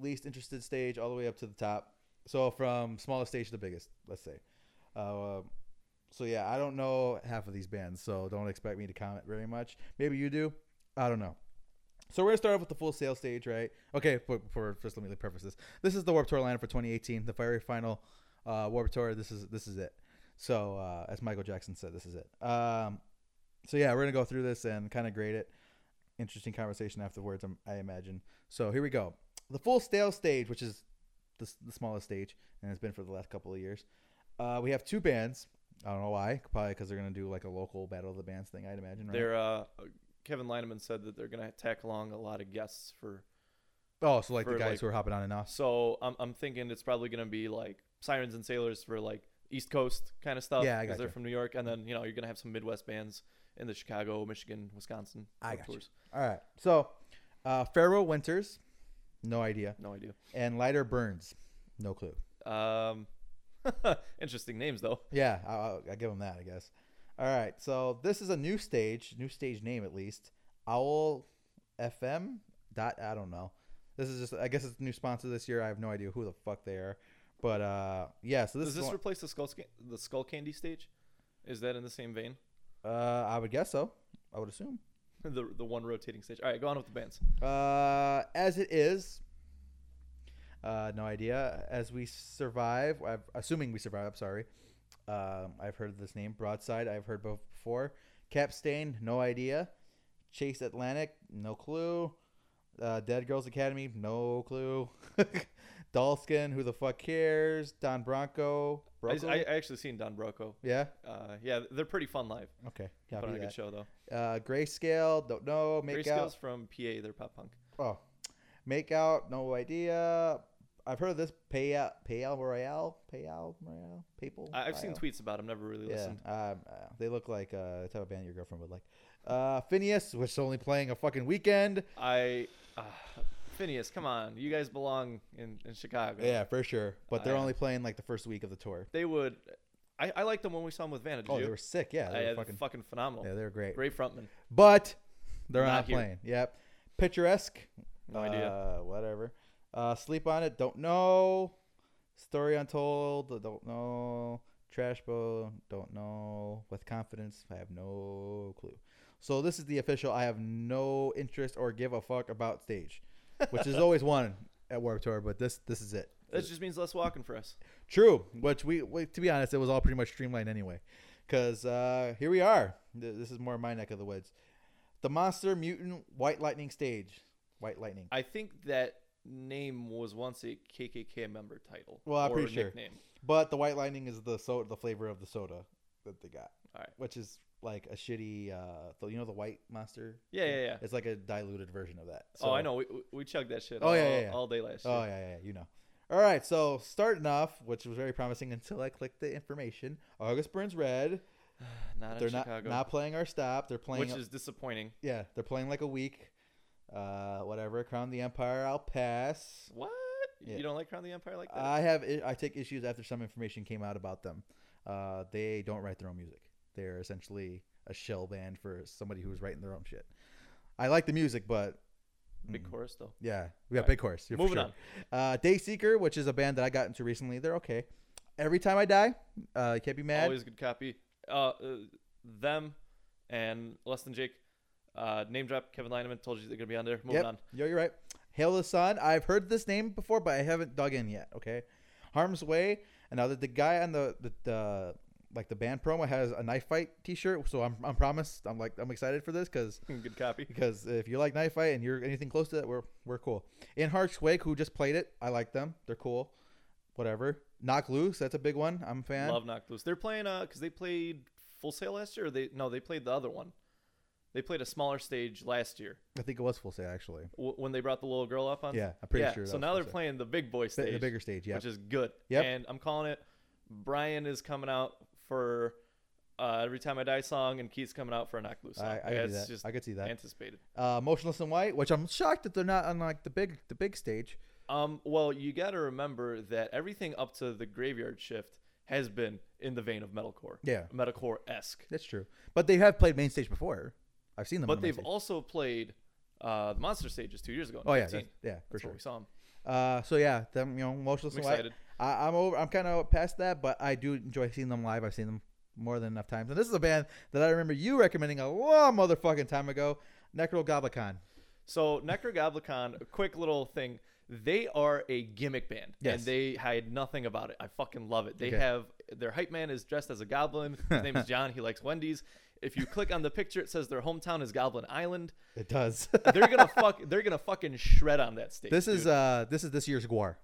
Speaker 1: least interested stage all the way up to the top. So from smallest stage to biggest, let's say. Uh, so yeah, I don't know half of these bands, so don't expect me to comment very much. Maybe you do. I don't know. So we're gonna start off with the full sale stage, right? Okay, for, for first let me preface this. This is the Warp Tour lineup for 2018, the very final uh, Warp Tour. This is this is it. So uh, as Michael Jackson said, this is it. Um, so yeah, we're gonna go through this and kind of grade it. Interesting conversation afterwards, I'm- I imagine. So here we go. The full stale stage, which is the, s- the smallest stage, and it's been for the last couple of years. Uh, we have two bands. I don't know why. Probably because they're gonna do like a local battle of the bands thing. I'd imagine. Right?
Speaker 2: They're uh, Kevin Lineman said that they're gonna tack along a lot of guests for.
Speaker 1: oh, so like the
Speaker 2: for,
Speaker 1: guys
Speaker 2: like-
Speaker 1: who are hopping on and off.
Speaker 2: So I'm I'm thinking it's probably gonna be like sirens and sailors for like East Coast kind of stuff.
Speaker 1: Yeah, I
Speaker 2: they're
Speaker 1: gotcha.
Speaker 2: from New York, and then you know you're gonna have some Midwest bands in the Chicago, Michigan, Wisconsin
Speaker 1: I
Speaker 2: road
Speaker 1: gotcha. All right. So, uh, Pharaoh Winters, no idea,
Speaker 2: No idea.
Speaker 1: and Lighter Burns, no clue.
Speaker 2: Um, interesting names though.
Speaker 1: Yeah, I, I- I give them that, I guess. All right, so this is a new stage, new stage name at least. Owl FM dot I don't know. This is just I guess it's a new sponsor this year. I have no idea who the fuck they are, but uh, yeah. So this
Speaker 2: Does
Speaker 1: is
Speaker 2: this
Speaker 1: one-
Speaker 2: replace the skull Sca- the skull candy stage? Is that in the same vein?
Speaker 1: Uh, I would guess so. I would assume.
Speaker 2: the the one rotating stage. All right, go on with the bands.
Speaker 1: Uh, as it is, uh, no idea. As we survive, i assuming we survive. I'm sorry. Um, I've heard this name, Broadside. I've heard both before. Capstain, no idea. Chase Atlantic, no clue. Uh, Dead Girls Academy, no clue. Dolskin, who the fuck cares? Don Bronco,
Speaker 2: I,
Speaker 1: Bronco?
Speaker 2: I I actually seen Don Broco.
Speaker 1: yeah.
Speaker 2: Uh, yeah, they're pretty fun live.
Speaker 1: Okay.
Speaker 2: Put
Speaker 1: Copy
Speaker 2: on a good
Speaker 1: that.
Speaker 2: show though.
Speaker 1: Uh, grayscale, don't know. Make out.
Speaker 2: Grayscale's from PA. They're pop punk.
Speaker 1: Oh, make out, no idea. I've heard of this pay out, pay out Royale, pay out Royale, people.
Speaker 2: I, I've seen
Speaker 1: Royale?
Speaker 2: tweets about them. Never really listened.
Speaker 1: Yeah, um, uh, they look like uh, the type of band your girlfriend would like. Uh, Phineas, which is only playing a fucking weekend.
Speaker 2: I uh, Phineas, come on, you guys belong in in Chicago.
Speaker 1: Yeah, for sure. But they're
Speaker 2: I-
Speaker 1: only playing like the first week of the tour.
Speaker 2: they would. I, I liked them when we saw them with Vanna. Did
Speaker 1: Oh,
Speaker 2: you?
Speaker 1: they were sick. Yeah,
Speaker 2: I-
Speaker 1: they were
Speaker 2: they're
Speaker 1: fucking.
Speaker 2: fucking, phenomenal.
Speaker 1: Yeah, they were great.
Speaker 2: Great frontman.
Speaker 1: But they're
Speaker 2: Not
Speaker 1: not,
Speaker 2: here.
Speaker 1: playing. Yep. Picturesque.
Speaker 2: No idea.
Speaker 1: Uh, whatever. Uh, sleep on it. Don't know. Story untold. Don't know. Trash bowl. Don't know. With confidence, I have no clue. So this is the official. I have no interest or give a fuck about stage, which is always one at Warped Tour. But this this is it.
Speaker 2: That just means less walking for us.
Speaker 1: True. Which we, we to be honest, it was all pretty much streamlined anyway. Because uh, here we are. Th- This is more my neck of the woods. The monster mutant white lightning stage. White lightning.
Speaker 2: I think that name was once a KKK member title.
Speaker 1: Well, I'm
Speaker 2: or
Speaker 1: pretty sure.
Speaker 2: nickname.
Speaker 1: But the white lightning is the so the flavor of the soda that they got.
Speaker 2: Alright.
Speaker 1: Which is like a shitty, uh, the, you know, the white monster.
Speaker 2: Yeah, yeah, yeah.
Speaker 1: It's like a diluted version of that.
Speaker 2: oh, I
Speaker 1: So-
Speaker 2: know. We, we- we chugged that shit.
Speaker 1: Oh,
Speaker 2: all,
Speaker 1: yeah, yeah, yeah.
Speaker 2: all day last year.
Speaker 1: Oh yeah, yeah, you know. All right, so starting off, which was very promising until I clicked the information. August Burns Red.
Speaker 2: Not
Speaker 1: They're
Speaker 2: in
Speaker 1: not
Speaker 2: Chicago,
Speaker 1: not playing our stop. They're playing
Speaker 2: which is disappointing.
Speaker 1: Yeah, they're playing like a week. Uh, whatever. Crown the Empire. I'll pass.
Speaker 2: What?
Speaker 1: Yeah.
Speaker 2: You don't like Crown the Empire like that?
Speaker 1: I have. I I take issues after some information came out about them. Uh, they don't write their own music. They're essentially a shell band for somebody who's writing their own shit. I like the music, but
Speaker 2: Big
Speaker 1: mm,
Speaker 2: chorus though.
Speaker 1: yeah, we got
Speaker 2: Alright,
Speaker 1: big chorus. yeah, for
Speaker 2: Hmm. Moving
Speaker 1: sure.
Speaker 2: on.
Speaker 1: Uh, Day Seeker, which is a band that I got into recently. They're okay. Every time I die, uh, you can't be mad.
Speaker 2: Always good copy. Uh, uh, them and less than Jake. Uh, name drop Kevin Lineman told you they're gonna be on there. Moving
Speaker 1: Yep.
Speaker 2: on.
Speaker 1: Yo, you're right. Hail the Sun. I've heard this name before, but I haven't dug in yet. Okay. Harm's Way. And now the, the guy on the, the, the like the band promo has a knife fight T-shirt, so I'm I'm promised. I'm like I'm excited for this because
Speaker 2: good copy.
Speaker 1: because if you like knife fight and you're anything close to that, we're we're cool. In Heart's Wake, who just played it, I like them. They're cool. Whatever. Knock Loose. That's a big one. I'm a fan.
Speaker 2: Love Knocked Loose. They're playing uh because they played Full Sail last year. Or they no, they played the other one. They played a smaller stage last year
Speaker 1: I think it was Full Sail actually.
Speaker 2: w- when they brought the little girl up on.
Speaker 1: Yeah, I'm pretty
Speaker 2: yeah.
Speaker 1: sure. that
Speaker 2: So
Speaker 1: was
Speaker 2: now
Speaker 1: Full
Speaker 2: they're
Speaker 1: Sail.
Speaker 2: playing the big boy
Speaker 1: The-
Speaker 2: stage,
Speaker 1: the bigger stage. Yeah.
Speaker 2: which is good.
Speaker 1: Yep.
Speaker 2: And I'm calling it. Brian is coming out for uh, every time I die song, and Keith's coming out for a knock loose. Song.
Speaker 1: I, I could see
Speaker 2: That's
Speaker 1: that.
Speaker 2: just
Speaker 1: I could see that.
Speaker 2: anticipated.
Speaker 1: uh, Motionless in White, which I'm shocked that they're not on like the big the big stage.
Speaker 2: Um, well, you got to remember that everything up to the graveyard shift has been in the vein of metalcore.
Speaker 1: Yeah.
Speaker 2: metalcore esque.
Speaker 1: That's true, but they have played main stage before. I've seen them. on
Speaker 2: But
Speaker 1: the main
Speaker 2: they've
Speaker 1: stage.
Speaker 2: also played uh, the monster stages two years ago. in
Speaker 1: oh yeah,
Speaker 2: 15.
Speaker 1: that's, yeah, for
Speaker 2: That's
Speaker 1: sure.
Speaker 2: where we saw 'em.
Speaker 1: Uh, so yeah, them you know, Motionless
Speaker 2: I'm
Speaker 1: in White.
Speaker 2: excited.
Speaker 1: I, I'm over. I'm kind of past that, but I do enjoy seeing them live. I've seen them more than enough times, and this is a band that I remember you recommending a long motherfucking time ago. Necro Goblicon.
Speaker 2: So Necrogoblicon, a quick little thing. They are a gimmick band,
Speaker 1: Yes.
Speaker 2: and they hide nothing about it. I fucking love it. They
Speaker 1: Okay.
Speaker 2: have their hype man is dressed as a goblin. His name is John. He likes Wendy's. If you click on the picture, it says their hometown is Goblin Island.
Speaker 1: It does.
Speaker 2: They're gonna fuck. They're gonna fucking shred on that stage.
Speaker 1: this is
Speaker 2: dude.
Speaker 1: uh this is this year's Guar.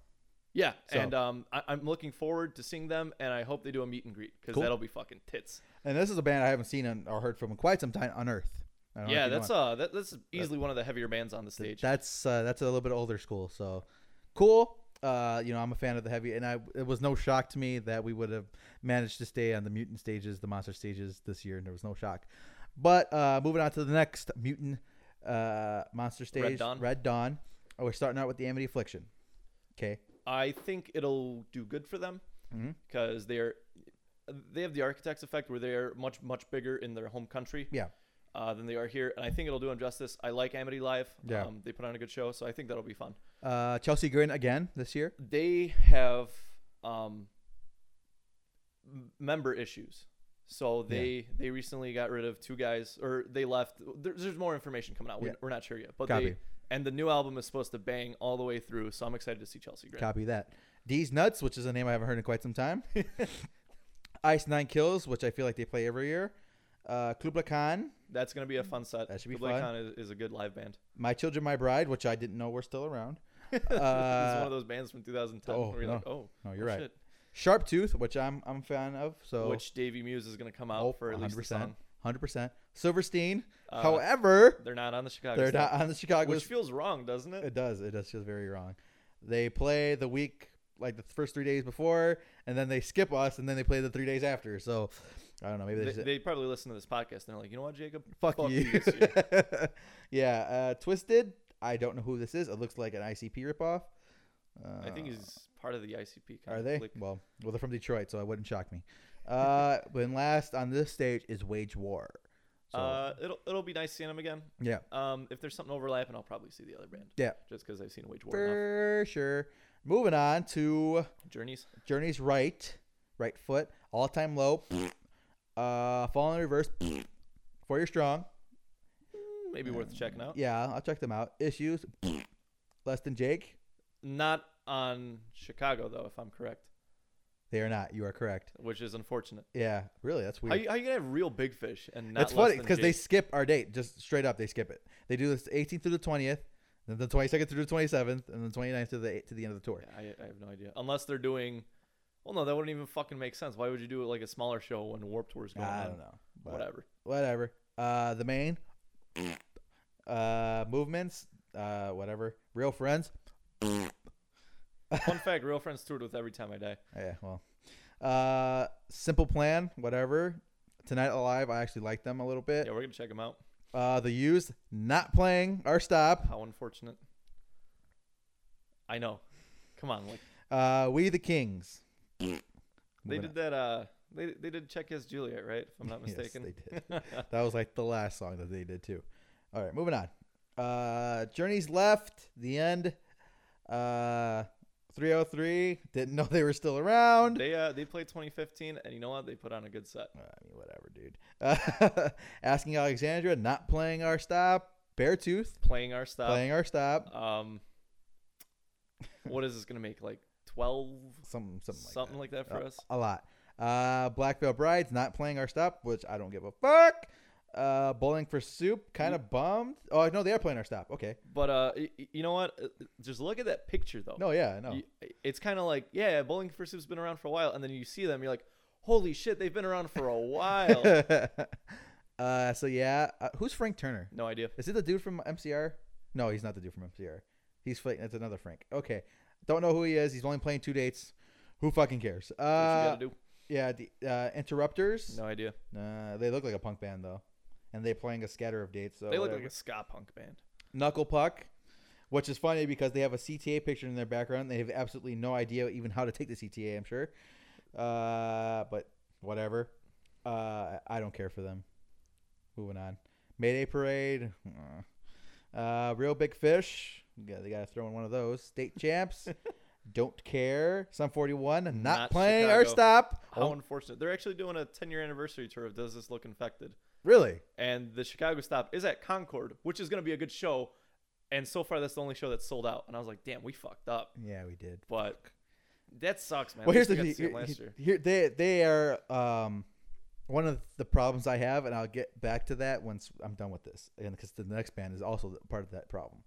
Speaker 2: Yeah,
Speaker 1: So-
Speaker 2: and um, I, I'm looking forward to seeing them, and I hope they do a meet and greet because
Speaker 1: Cool.
Speaker 2: that'll be fucking tits.
Speaker 1: and this is a band I haven't seen in- or heard from in quite some time. Unearth. I don't know if
Speaker 2: yeah,
Speaker 1: you know
Speaker 2: that's uh, that, that's easily one of the heavier bands on the stage.
Speaker 1: That's uh, that's a little bit older school, so cool. Uh, you know, I'm a fan of the heavy, and I it was no shock to me that we would have managed to stay on the mutant stages, the monster stages this year, and there was no shock. But uh, moving on to the next mutant uh, monster stage,
Speaker 2: Dawn.
Speaker 1: Red Dawn. Oh, we're starting out with the Amity Affliction. Okay,
Speaker 2: I think it'll do good for them
Speaker 1: Mhm.
Speaker 2: because they're they have the Architects effect where they're much much bigger in their home country
Speaker 1: yeah,
Speaker 2: uh, than they are here, and I think it'll do them justice. I like Amity Live.
Speaker 1: Yeah.
Speaker 2: um, they put on a good show, so I think that'll be fun.
Speaker 1: uh, Chelsea Grin again this year.
Speaker 2: They have um, m- member issues, So they they recently got rid of two guys, or they left. There, there's more information coming out. We're,
Speaker 1: Yeah.
Speaker 2: we're not sure yet, but
Speaker 1: Copy.
Speaker 2: Oh, they and the new album is supposed to bang all the way through. So I'm excited to see Chelsea Grin.
Speaker 1: Copy that. D's Nuts, which is a name I haven't heard in quite some time. Ice Nine Kills, which I feel like they play every year. Uh, Kubla Khan,
Speaker 2: That's gonna be a fun set.
Speaker 1: That should be
Speaker 2: Kublai
Speaker 1: fun.
Speaker 2: Khan is, is a good live band.
Speaker 1: My Children, My Bride, which I didn't know were still around.
Speaker 2: it's
Speaker 1: Uh,
Speaker 2: one of those bands from 2010
Speaker 1: oh,
Speaker 2: where you're like,
Speaker 1: no.
Speaker 2: oh,
Speaker 1: No,
Speaker 2: oh,
Speaker 1: you're right.
Speaker 2: shit.
Speaker 1: Sharp Tooth, which I'm I'm a fan of. So
Speaker 2: Which Davey Muse is gonna come out
Speaker 1: oh,
Speaker 2: for at least a song.
Speaker 1: 100%. Silverstein.
Speaker 2: Uh,
Speaker 1: However,
Speaker 2: They're not on the Chicago.
Speaker 1: they're
Speaker 2: stuff,
Speaker 1: not on the Chicago.
Speaker 2: Which feels wrong, doesn't it?
Speaker 1: It does. It does feel very wrong. They play the week like the first three days before, and then they skip us, and then they play the three days after. So I don't know. Maybe they,
Speaker 2: They,
Speaker 1: just,
Speaker 2: they probably listen to this podcast and they're like, you know what, Jacob?
Speaker 1: fuck, you.
Speaker 2: this year."
Speaker 1: yeah, uh, Twisted. I don't know who this is. It looks like an ICP ripoff. Uh,
Speaker 2: I think he's part of the ICP.
Speaker 1: Are
Speaker 2: of
Speaker 1: they?
Speaker 2: clique.
Speaker 1: Well, well, they're from Detroit, so it wouldn't shock me. Uh, but last on this stage is Wage War. So
Speaker 2: Uh, it'll it'll be nice seeing him again.
Speaker 1: yeah,
Speaker 2: Um, if there's something overlapping, I'll probably see the other band.
Speaker 1: Yeah.
Speaker 2: Just because I've seen Wage War enough.
Speaker 1: for sure. Moving on to
Speaker 2: Journeys.
Speaker 1: Journey's right, right foot, all time low. uh, fall in reverse. For your strong.
Speaker 2: Maybe worth checking out.
Speaker 1: Yeah, I'll check them out. Issues. Less than Jake.
Speaker 2: Not on Chicago though, if I'm correct,
Speaker 1: They are not. You are correct.
Speaker 2: which is unfortunate.
Speaker 1: Yeah, really, that's
Speaker 2: How
Speaker 1: weird.
Speaker 2: you, how you gonna have real big fish and not?
Speaker 1: That's
Speaker 2: less
Speaker 1: funny
Speaker 2: than
Speaker 1: because they
Speaker 2: Jake?
Speaker 1: skip our date just straight up. They skip it. They do this 18th through the 20th, then the 22nd through the 27th, and then 29th to the eight- to the end of the tour.
Speaker 2: Yeah, I, I have no idea. Unless they're doing. Well, no, that wouldn't even fucking make sense. Why would you do it like a smaller show when Warp Tour's going
Speaker 1: I
Speaker 2: on?
Speaker 1: don't know. but
Speaker 2: Whatever.
Speaker 1: Whatever. Uh, the main. uh, movements. Uh, whatever. Real friends.
Speaker 2: Fun fact: Real Friends toured with Every Time I Die.
Speaker 1: oh, Yeah, well, uh, Simple Plan, whatever. Tonight Alive, I actually like them a little bit.
Speaker 2: Yeah, we're gonna check them out.
Speaker 1: Uh, the Used, not playing our stop.
Speaker 2: How unfortunate. I know. Come on, like
Speaker 1: Uh, we the Kings.
Speaker 2: they
Speaker 1: Moving
Speaker 2: did that. Uh, they they did check as Juliet, right? If I'm not
Speaker 1: on. Yes,
Speaker 2: mistaken.
Speaker 1: they did. that was like the last song that they did too. All right, moving on. Uh, Journey's left. The end. Uh, 303. Didn't know they were still around.
Speaker 2: They uh they played 2015, and you know what? They put on a good set.
Speaker 1: I mean, whatever, dude. Uh, asking Alexandra, not playing our stop. Beartooth,
Speaker 2: Playing our stuff.
Speaker 1: playing our stop.
Speaker 2: Um, what is this gonna make? Like 12,
Speaker 1: something something like
Speaker 2: something like that,
Speaker 1: that.
Speaker 2: for
Speaker 1: Uh,
Speaker 2: us.
Speaker 1: A lot. Uh, Black Veil Brides not playing our stuff, which I don't give a fuck. Uh, Bowling for Soup kind of bummed. Oh no, they are playing our stop. Okay.
Speaker 2: But uh, y- y- you know what? Uh, Just look at that picture though.
Speaker 1: No, yeah, no.
Speaker 2: Y- It's kind of like yeah, Bowling for Soup's been around for a while, and then you see them, you're like, holy shit, they've been around for a while.
Speaker 1: uh, so yeah, uh, who's Frank Turner?
Speaker 2: no idea.
Speaker 1: Is it the dude from MCR? No, he's not the dude from MCR. He's Frank. That's another Frank. Okay. Don't know who he is. He's only playing two dates. Who fucking cares?
Speaker 2: What you
Speaker 1: Uh,
Speaker 2: gotta do?
Speaker 1: yeah, the uh, Interrupters.
Speaker 2: No idea.
Speaker 1: Uh, they look like a punk band though, and they're playing a scatter of dates. So
Speaker 2: They look
Speaker 1: whatever.
Speaker 2: like a ska punk band.
Speaker 1: Knuckle Puck, which is funny because they have a CTA picture in their background. They have absolutely no idea even how to take the CTA, I'm sure. Uh, but whatever. Uh, I don't care for them. Moving on. Mayday Parade. uh, Uh, Real Big Fish. Yeah, they got to throw in one of those. State Champs. don't care. Sun 41. Not,
Speaker 2: Not
Speaker 1: playing our
Speaker 2: Chicago.
Speaker 1: stop.
Speaker 2: How
Speaker 1: Oh,
Speaker 2: unfortunate. They're actually doing a 10 year anniversary tour of Does This Look Infected?
Speaker 1: really?
Speaker 2: And the Chicago stop is at Concord, which is going to be a good show. And so far, that's the only show that's sold out. And I was like, damn, we fucked up.
Speaker 1: Yeah, we did.
Speaker 2: But that sucks, man.
Speaker 1: well,
Speaker 2: At
Speaker 1: here's
Speaker 2: least
Speaker 1: the
Speaker 2: we got
Speaker 1: thing.
Speaker 2: to see 'em
Speaker 1: Here-
Speaker 2: last year.
Speaker 1: here- they they are um, one of the problems I have, and I'll get back to that once I'm done with this, and because the next band is also part of that problem.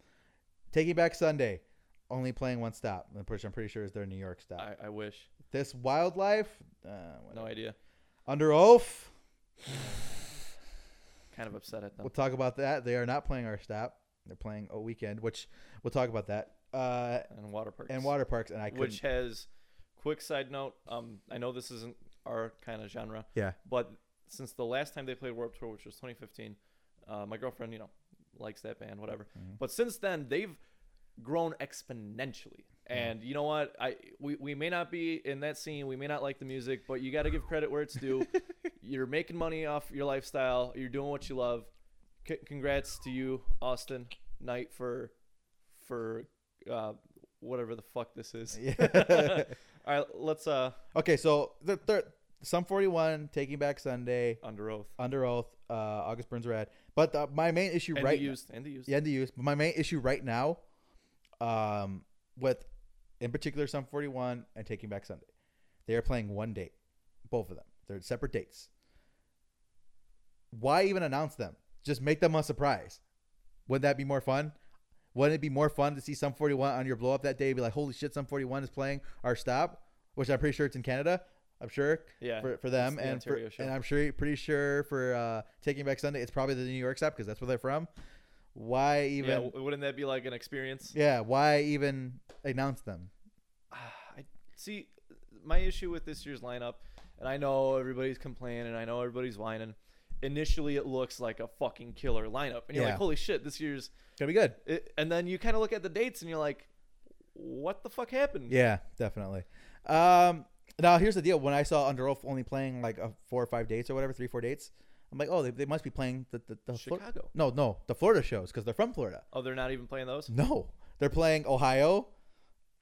Speaker 1: Taking Back Sunday, only playing one stop, which I'm pretty sure is their New York stop.
Speaker 2: I, I wish.
Speaker 1: This Wildlife, uh,
Speaker 2: No
Speaker 1: whatever.
Speaker 2: idea.
Speaker 1: Under Oath,
Speaker 2: Kind of upset at them.
Speaker 1: we'll talk about that. They are not playing our stop; they're playing a weekend, which we'll talk about that. Uh,
Speaker 2: And Water Parks.
Speaker 1: and Water Parks, and I couldn't.
Speaker 2: Which has, quick side note, um, I know this isn't our kind of genre.
Speaker 1: Yeah.
Speaker 2: But since the last time they played Warped Tour, which was 2015, uh, my girlfriend, you know, likes that band, whatever.
Speaker 1: Mm-hmm.
Speaker 2: But since then, they've grown exponentially.
Speaker 1: Mm-hmm.
Speaker 2: And you know what? I we, we may not be in that scene. We may not like the music, but you got to give credit where it's due. you're making money off your lifestyle. You're doing what you love. C- congrats to you, Austin Knight, for for uh, whatever the fuck this is.
Speaker 1: Yeah.
Speaker 2: All right, let's uh
Speaker 1: Okay, so the third Sum 41, Taking Back Sunday,
Speaker 2: under oath.
Speaker 1: Under Oath, uh, August Burns Red. But the, my main issue
Speaker 2: And
Speaker 1: right
Speaker 2: the used. And the used.
Speaker 1: yeah, and the use. But my main issue right now, um, with in particular Sum 41 and Taking Back Sunday, they are playing one date, both of them. They're separate dates. Why even announce them? Just make them a surprise. Wouldn't that be more fun? Wouldn't it be more fun to see Sum 41 on your blow up that day? Be like, holy shit, Sum 41 is playing our stop, which I'm pretty sure it's in Canada. I'm sure
Speaker 2: Yeah,
Speaker 1: for, for
Speaker 2: it's
Speaker 1: them
Speaker 2: the
Speaker 1: and for,
Speaker 2: Ontario show.
Speaker 1: and I'm sure pretty sure for uh, Taking Back Sunday, it's probably the New York stop because that's where they're from. Why even?
Speaker 2: yeah,
Speaker 1: Yeah,
Speaker 2: w- wouldn't that be like an experience? Ah,
Speaker 1: why even announce them?
Speaker 2: I see my issue with this year's lineup, and I know everybody's complaining, I know everybody's whining. Initially, it looks like a fucking killer lineup, and you're
Speaker 1: Yeah.
Speaker 2: like, "Holy shit, this year's."
Speaker 1: It's gonna be good.
Speaker 2: It, and then you kind of look at the dates, and you're like, "What the fuck happened?"
Speaker 1: Yeah, definitely. Um, now here's the deal: when I saw Under Oath only playing like a four or five dates or whatever, three four dates, I'm like, oh, they, they must be playing the the, the Flor-
Speaker 2: Chicago.
Speaker 1: no, no, the Florida shows because they're from Florida.
Speaker 2: Oh, they're not even playing those.
Speaker 1: No, they're playing Ohio,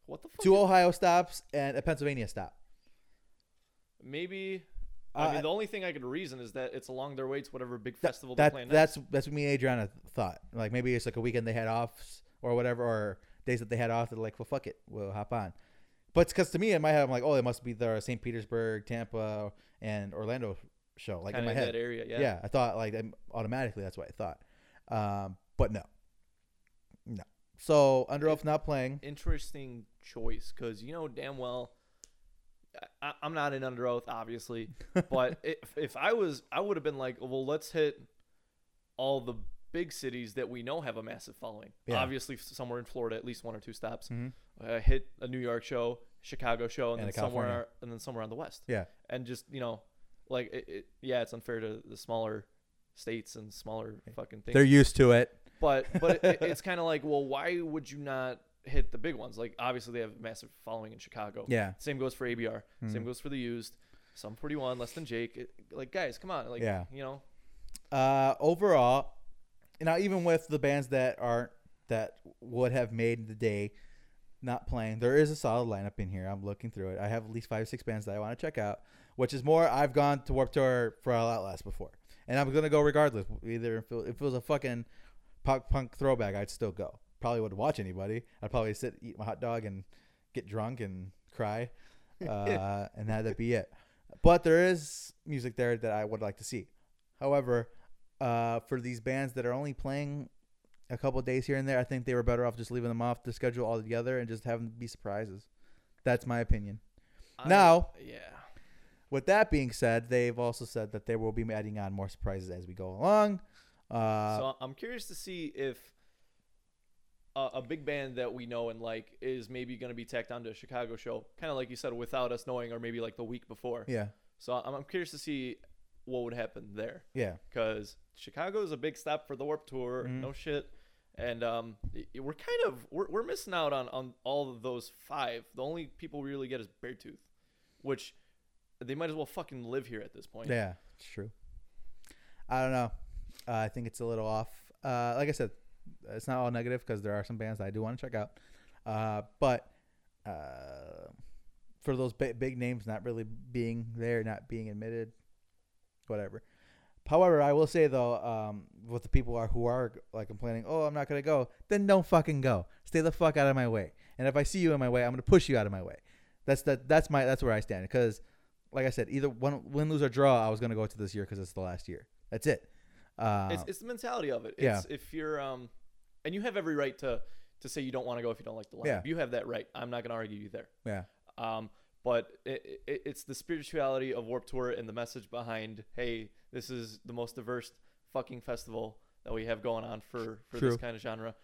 Speaker 2: What the fuck?
Speaker 1: two Ohio stops, and a Pennsylvania stop.
Speaker 2: Maybe. I
Speaker 1: Uh,
Speaker 2: mean, the only thing I could reason is that it's along their way to whatever big
Speaker 1: That-
Speaker 2: festival they're
Speaker 1: that,
Speaker 2: playing. next.
Speaker 1: that's that's what me and Adriana thought. Like maybe it's like a weekend they had off or whatever, or days that they had off. They're like, well, fuck it, we'll hop on. But because to me in my head, I'm like, oh, it must be the St. Petersburg, Tampa, and Orlando show. Like
Speaker 2: Kinda
Speaker 1: in my head,
Speaker 2: that area.
Speaker 1: yeah. I thought like I'm- automatically that's what I thought. Um, but no, no. So Under Oath not playing.
Speaker 2: interesting choice because you know damn well I, I'm not in under oath, obviously, but if, if I was, I would have been like, well, let's hit all the big cities that we know have a massive following.
Speaker 1: Yeah.
Speaker 2: Obviously, f- somewhere in Florida, at least one or two stops.
Speaker 1: Mhm.
Speaker 2: Uh, hit a New York show, Chicago show, and,
Speaker 1: And a
Speaker 2: then somewhere, and then somewhere on the west.
Speaker 1: Yeah,
Speaker 2: And just you know, like it, it, yeah, it's unfair to the smaller states and smaller fucking things.
Speaker 1: they're used to it.
Speaker 2: But but it, it's kind of like, well, why would you not hit the big ones? Like obviously they have a massive following in Chicago.
Speaker 1: Yeah. Hmm.
Speaker 2: Same goes for ABR. Same goes for the used. Some 41, less than Jake. It- like guys, come on. Like
Speaker 1: Yeah.
Speaker 2: you know,
Speaker 1: Uh, overall, now even with the bands that aren't that would have made the day not playing, there is a solid lineup in here. I'm looking through it. I have at least five, six bands that I want to check out, which is more. I've gone to Warped Tour for a lot less before, and I'm gonna go regardless. Either if it, if it was a fucking pop punk throwback, I'd still go. Probably wouldn't watch anybody. I'd probably sit, eat my hot dog, and get drunk and cry, uh, and that'd be it. But there is music there that I would like to see. However, uh, for these bands that are only playing a couple days here and there, I think they were better off just leaving them off the schedule altogether and just having them be surprises. That's my opinion.
Speaker 2: I-
Speaker 1: Now-
Speaker 2: yeah,
Speaker 1: With that being said, they've also said that they will be adding on more surprises as we go along. Uh,
Speaker 2: so I'm curious to see if a, a big band that we know and like is maybe going to be tacked onto a Chicago show, kind of like you said, without us knowing, or maybe like the week before.
Speaker 1: yeah,
Speaker 2: So I'm, I'm curious to see what would happen there.
Speaker 1: yeah,
Speaker 2: because Chicago is a big stop for the Warp Tour.
Speaker 1: Mm-hmm.
Speaker 2: No shit, and um, y- y- we're kind of we're, we're missing out on on all of those five. The only people we really get is Beartooth, which they might as well fucking live here at this point.
Speaker 1: yeah. It's true. I don't know. Uh, I think it's a little off. Uh, like I said, it's not all negative because there are some bands that I do want to check out. Uh, but uh, for those bi- big names not really being there, not being admitted, whatever. However, I will say though, um, with the people are who are like complaining, oh, I'm not gonna go, then don't fucking go. Stay the fuck out of my way. And if I see you in my way, I'm gonna push you out of my way. That's that. That's my. That's where I stand. Because, like I said, either one win, lose or draw, I was gonna go to this year because it's the last year. That's it. Uh,
Speaker 2: It's, it's the mentality of it.
Speaker 1: Yeah.
Speaker 2: It's if you're um, and you have every right to to say you don't want to go if you don't like the lineup.
Speaker 1: Yeah.
Speaker 2: You have that right. I'm not gonna argue you there.
Speaker 1: yeah.
Speaker 2: Um, but it, it, it's the spirituality of Warp Tour and the message behind, hey, this is the most diverse fucking festival that we have going on for, for
Speaker 1: True.
Speaker 2: this kind of genre.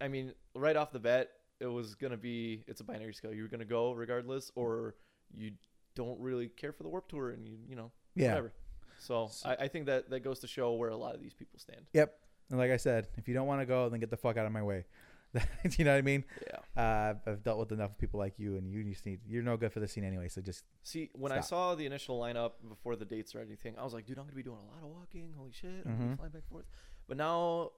Speaker 2: I mean, right off the bat, it was going to be, it's a binary scale. You're going to go regardless, or you don't really care for the Warp Tour and you, you know,
Speaker 1: Yeah.
Speaker 2: whatever. So, I, I think that, that goes to show where a lot of these people stand.
Speaker 1: Yep. And like I said, if you don't want to go, then get the fuck out of my way. you know what I mean?
Speaker 2: Yeah.
Speaker 1: Uh, I've dealt with enough people like you, and you just need you're no good for the scene anyway. So just
Speaker 2: See, when I
Speaker 1: Stop.
Speaker 2: saw the initial lineup before the dates or anything, I was like, dude, I'm gonna be doing a lot of walking. Holy shit, I'm gonna be
Speaker 1: Mhm.
Speaker 2: flying back and forth. But now,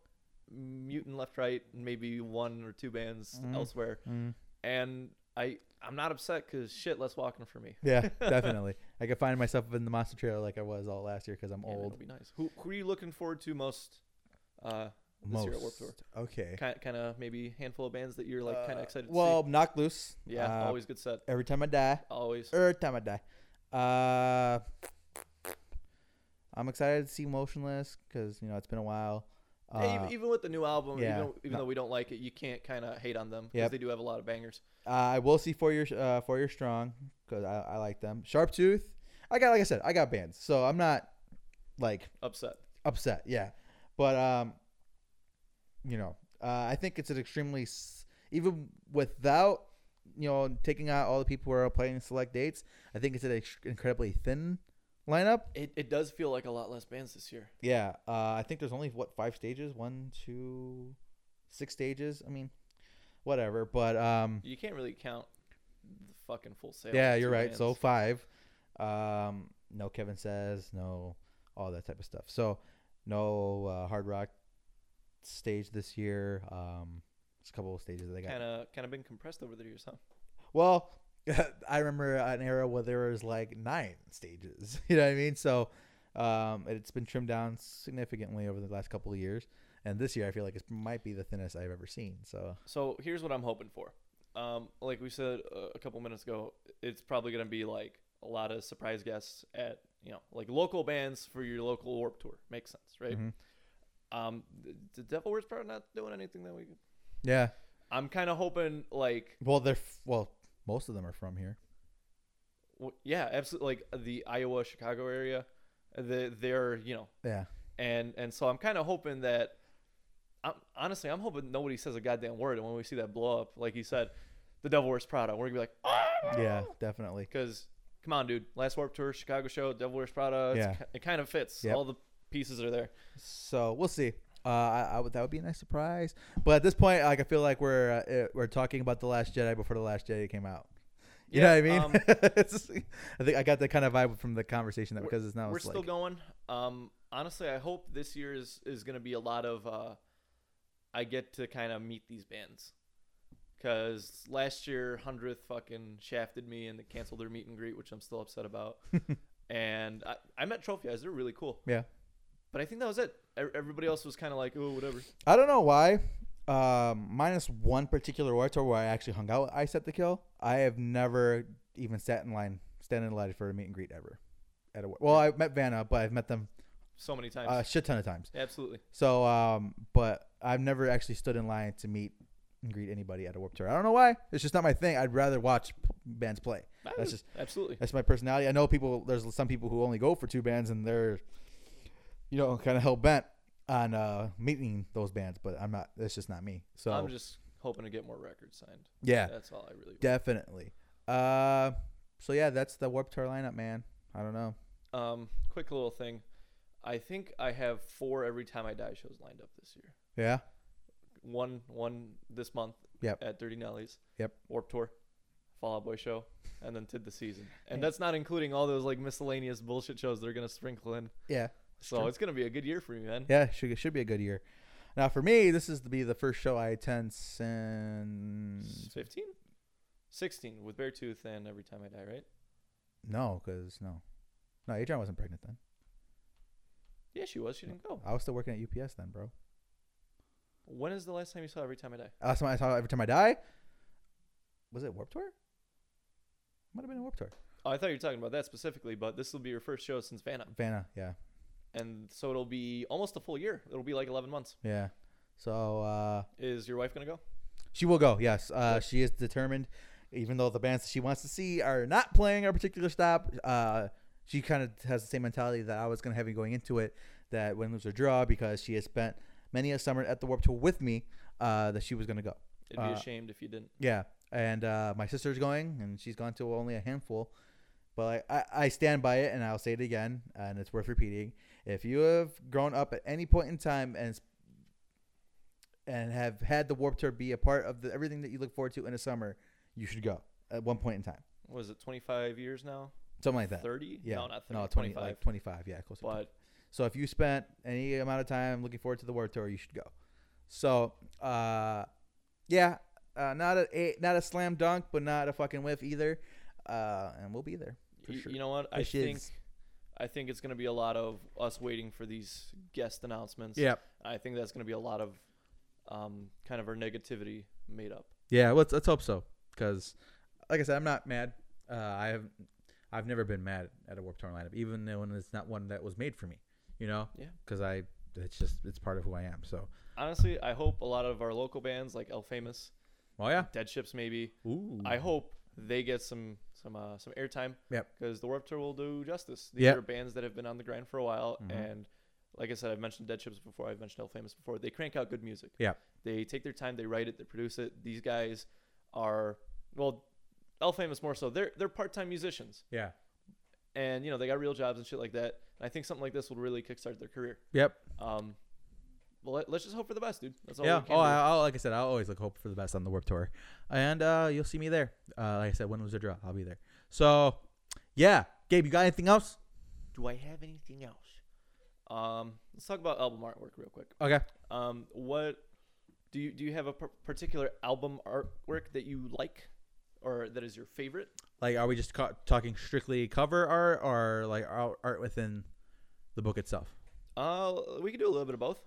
Speaker 2: mutant left, right, maybe one or two bands
Speaker 1: Mhm.
Speaker 2: elsewhere,
Speaker 1: mm,
Speaker 2: and I I'm not upset because shit, less walking for me.
Speaker 1: Yeah, definitely. I could find myself in the monster trailer like I was all last year because I'm
Speaker 2: Yeah, man, It'll
Speaker 1: old.
Speaker 2: be nice. Who who are you looking forward to most? Uh, this year at Warped
Speaker 1: Most.
Speaker 2: Tour.
Speaker 1: Okay.
Speaker 2: Kind kind of maybe handful of bands that you're like kind
Speaker 1: Uh,
Speaker 2: of excited.
Speaker 1: Well, knock loose.
Speaker 2: to see. yeah,
Speaker 1: Uh, er,
Speaker 2: always good set.
Speaker 1: Every time I die.
Speaker 2: Always.
Speaker 1: Every time I die. Uh, I'm excited to see Motionless because you know it's been a while. Uh,
Speaker 2: Yeah, E-, even, even with the new album,
Speaker 1: yeah,
Speaker 2: even, though, even
Speaker 1: no-
Speaker 2: though we don't like it, you can't kind of hate on them because
Speaker 1: Yep.
Speaker 2: they do have a lot of bangers.
Speaker 1: Uh, I will see Four Year uh, Four Year Strong because I, I like them. Sharptooth. I got like I said, I got bands, so I'm not like
Speaker 2: Upset.
Speaker 1: upset. Yeah, but um, you know, uh, I think it's an extremely s- even without you know taking out all the people who are playing select dates. I think it's an ex- incredibly thin lineup.
Speaker 2: It, it does feel like a lot less bands this year.
Speaker 1: Yeah, uh, I think there's only what five stages, one, two, six stages. I mean, whatever. But um,
Speaker 2: You can't really count the fucking full sale.
Speaker 1: yeah,
Speaker 2: with
Speaker 1: you're
Speaker 2: two
Speaker 1: right. So
Speaker 2: bands.
Speaker 1: five. Um, no Kevin says no, all that type of stuff. So no uh, hard rock stage this year. Um, it's a couple of stages that they got.
Speaker 2: kind of kind of been compressed over the years, huh?
Speaker 1: Well, I remember an era where there was like nine stages. You know what I mean? So um, it's been trimmed down significantly over the last couple of years. And this year, I feel like it might be the thinnest I've ever seen. So
Speaker 2: So here's what I'm hoping for. Um, like we said uh, a couple minutes ago, it's probably gonna be like a lot of surprise guests at you know like local bands for your local Warp Tour. Makes sense, right?
Speaker 1: Mhm.
Speaker 2: Um, the, the Devil Wears Prada not doing anything that we.
Speaker 1: yeah,
Speaker 2: I'm kind of hoping like
Speaker 1: well, they're f- well, most of them are from here.
Speaker 2: w- yeah, absolutely like the Iowa Chicago area. The, they're you know
Speaker 1: Yeah,
Speaker 2: and and so I'm kind of hoping that, I'm honestly I'm hoping nobody says a goddamn word, and when we see that blow up, like you said, the Devil Wears Prada, we're gonna be like,
Speaker 1: yeah, definitely.
Speaker 2: because come on, dude, last Warp Tour, Chicago show, Devil Wears Prada, it's,
Speaker 1: Yeah.
Speaker 2: ki- it kind of fits.
Speaker 1: Yep.
Speaker 2: All the pieces are there.
Speaker 1: So we'll see. Uh, I, I would, that would be a nice surprise. But at this point, like I feel like we're uh, eh, we're talking about the Last Jedi before the Last Jedi came out. You know what I mean?
Speaker 2: um,
Speaker 1: It's- I think I got that kind of vibe from the conversation that
Speaker 2: We're-
Speaker 1: because it's now
Speaker 2: we're
Speaker 1: it's
Speaker 2: still
Speaker 1: like,
Speaker 2: going. Um, honestly, I hope this year is is gonna be a lot of. Uh, I get to kind of meet these bands. Cause last year, hundredth fucking shafted me and they canceled their meet and greet, which I'm still upset about. and I, I met Trophy Eyes; they're really cool.
Speaker 1: yeah.
Speaker 2: But I think that was it. E- Everybody else was kind of like, oh, whatever.
Speaker 1: I don't know why. Um, minus one particular war tour where I actually hung out with Ice at the Kill, I have never even sat in line, stand in line for a meet and greet ever. At a war. Well, I've met Vanna, but I've met them
Speaker 2: So many times.
Speaker 1: a shit ton of times.
Speaker 2: Absolutely.
Speaker 1: So, um, but I've never actually stood in line to meet and greet anybody at a warp tour. I don't know why. It's just not my thing. I'd rather watch p- bands play. That's just
Speaker 2: absolutely.
Speaker 1: that's my personality. I know people. There's some people who only go for two bands, and they're, you know, kind of hell bent on uh, meeting those bands. But I'm not. That's just not me. So
Speaker 2: I'm just hoping to get more records signed.
Speaker 1: yeah,
Speaker 2: That's all I really.
Speaker 1: definitely. Uh, so yeah, that's the Warped Tour lineup, man. I don't know.
Speaker 2: Um, quick little thing. I think I have four every time I die shows lined up this year.
Speaker 1: Yeah,
Speaker 2: One one this month.
Speaker 1: Yep.
Speaker 2: At Dirty Nellies.
Speaker 1: Yep.
Speaker 2: Warp Tour, Fall Out Boy show, and then Tid the Season. And
Speaker 1: Yeah.
Speaker 2: that's not including all those like miscellaneous bullshit shows they're gonna sprinkle in.
Speaker 1: yeah,
Speaker 2: So
Speaker 1: true.
Speaker 2: it's gonna be a good year for me, man.
Speaker 1: yeah. Should should be a good year. Now for me, this is to be the first show I attend since
Speaker 2: Fifteen. 16 with Bear Tooth and Every Time I Die, right?
Speaker 1: no, because no, no, Adrian wasn't pregnant then.
Speaker 2: Yeah, she was. She didn't go.
Speaker 1: I was still working at UPS then, bro.
Speaker 2: When is the last time you saw Every Time I Die?
Speaker 1: Last time I saw it, every time I die. Was it Warp Tour? Might have been a Warp Tour.
Speaker 2: Oh, I thought you were talking about that specifically, but this will be your first show since Vanna.
Speaker 1: Vanna, yeah,
Speaker 2: and so it'll be almost a full year. It'll be like 11 months.
Speaker 1: yeah. So uh,
Speaker 2: Is your wife gonna go?
Speaker 1: she will go. Yes, uh, she is determined. Even though the bands that she wants to see are not playing our particular stop, uh, she kind of has the same mentality that I was going to have going into it. That win, lose or draw, because she has spent many a summer at the Warp Tour with me, uh, that she was going to go.
Speaker 2: It'd be
Speaker 1: Uh,
Speaker 2: ashamed if you didn't.
Speaker 1: Yeah, and uh, my sister's going, and she's gone to only a handful. But I, I, I stand by it, and I'll say it again, and it's worth repeating. If you have grown up at any point in time and s- and have had the Warp Tour be a part of the, everything that you look forward to in the summer, you should go at one point in time,
Speaker 2: Was it 25 years now?
Speaker 1: something like that.
Speaker 2: 30?
Speaker 1: Yeah,
Speaker 2: No, not 30.
Speaker 1: no,
Speaker 2: 25.
Speaker 1: like twenty five. Yeah, close. to 20.
Speaker 2: but
Speaker 1: So if you spent any amount of time looking forward to the Warped Tour, you should go. So, uh, yeah, Uh, not a, a not a slam dunk, but not a fucking whiff either. Uh, and we'll be there. For
Speaker 2: You,
Speaker 1: sure.
Speaker 2: you know what? I
Speaker 1: Which
Speaker 2: think
Speaker 1: is-
Speaker 2: I think it's going to be a lot of us waiting for these guest announcements.
Speaker 1: yeah,
Speaker 2: I think that's going to be a lot of um, kind of our negativity made up.
Speaker 1: yeah. Let's let's hope so, because like I said, I'm not mad. Uh, I have I've never been mad at a Warped Tour lineup, even when it's not one that was made for me. You know,
Speaker 2: Yeah.
Speaker 1: because I it's just it's part of who I am. So,
Speaker 2: Honestly, I hope a lot of our local bands like El Famous,
Speaker 1: oh yeah,
Speaker 2: Dead Ships, maybe.
Speaker 1: ooh,
Speaker 2: I hope they get some some uh, some airtime.
Speaker 1: Mm. Yep.
Speaker 2: Because the Warped Tour will do justice. These
Speaker 1: Yep.
Speaker 2: are bands that have been on the grind for a while,
Speaker 1: Mhm.
Speaker 2: and like I said, I've mentioned Dead Ships before. I've mentioned El Famous before. They crank out good music.
Speaker 1: Yep.
Speaker 2: They take their time. They write it. They produce it. These guys are well, El Famous more so. They're they're part time musicians,
Speaker 1: yeah,
Speaker 2: and you know they got real jobs and shit like that. And I think something like this will really kickstart their career.
Speaker 1: yep,
Speaker 2: Um, well, let, let's just hope for the best, dude. That's all.
Speaker 1: yeah.
Speaker 2: We can
Speaker 1: Oh,
Speaker 2: do.
Speaker 1: I, I'll, like I said, I always look hope for the best on the Warped Tour, and uh, you'll see me there. Uh, like I said, win, lose or draw, I'll be there. So, yeah, Gabe, you got anything else?
Speaker 2: do I have anything else? Um, let's talk about album artwork real quick.
Speaker 1: Okay.
Speaker 2: Um, what do you do? You have a par- particular album artwork that you like, or that is your favorite?
Speaker 1: Like, are we just ca- talking strictly cover art, or like art, art within the book itself?
Speaker 2: Uh, we can do a little bit of both,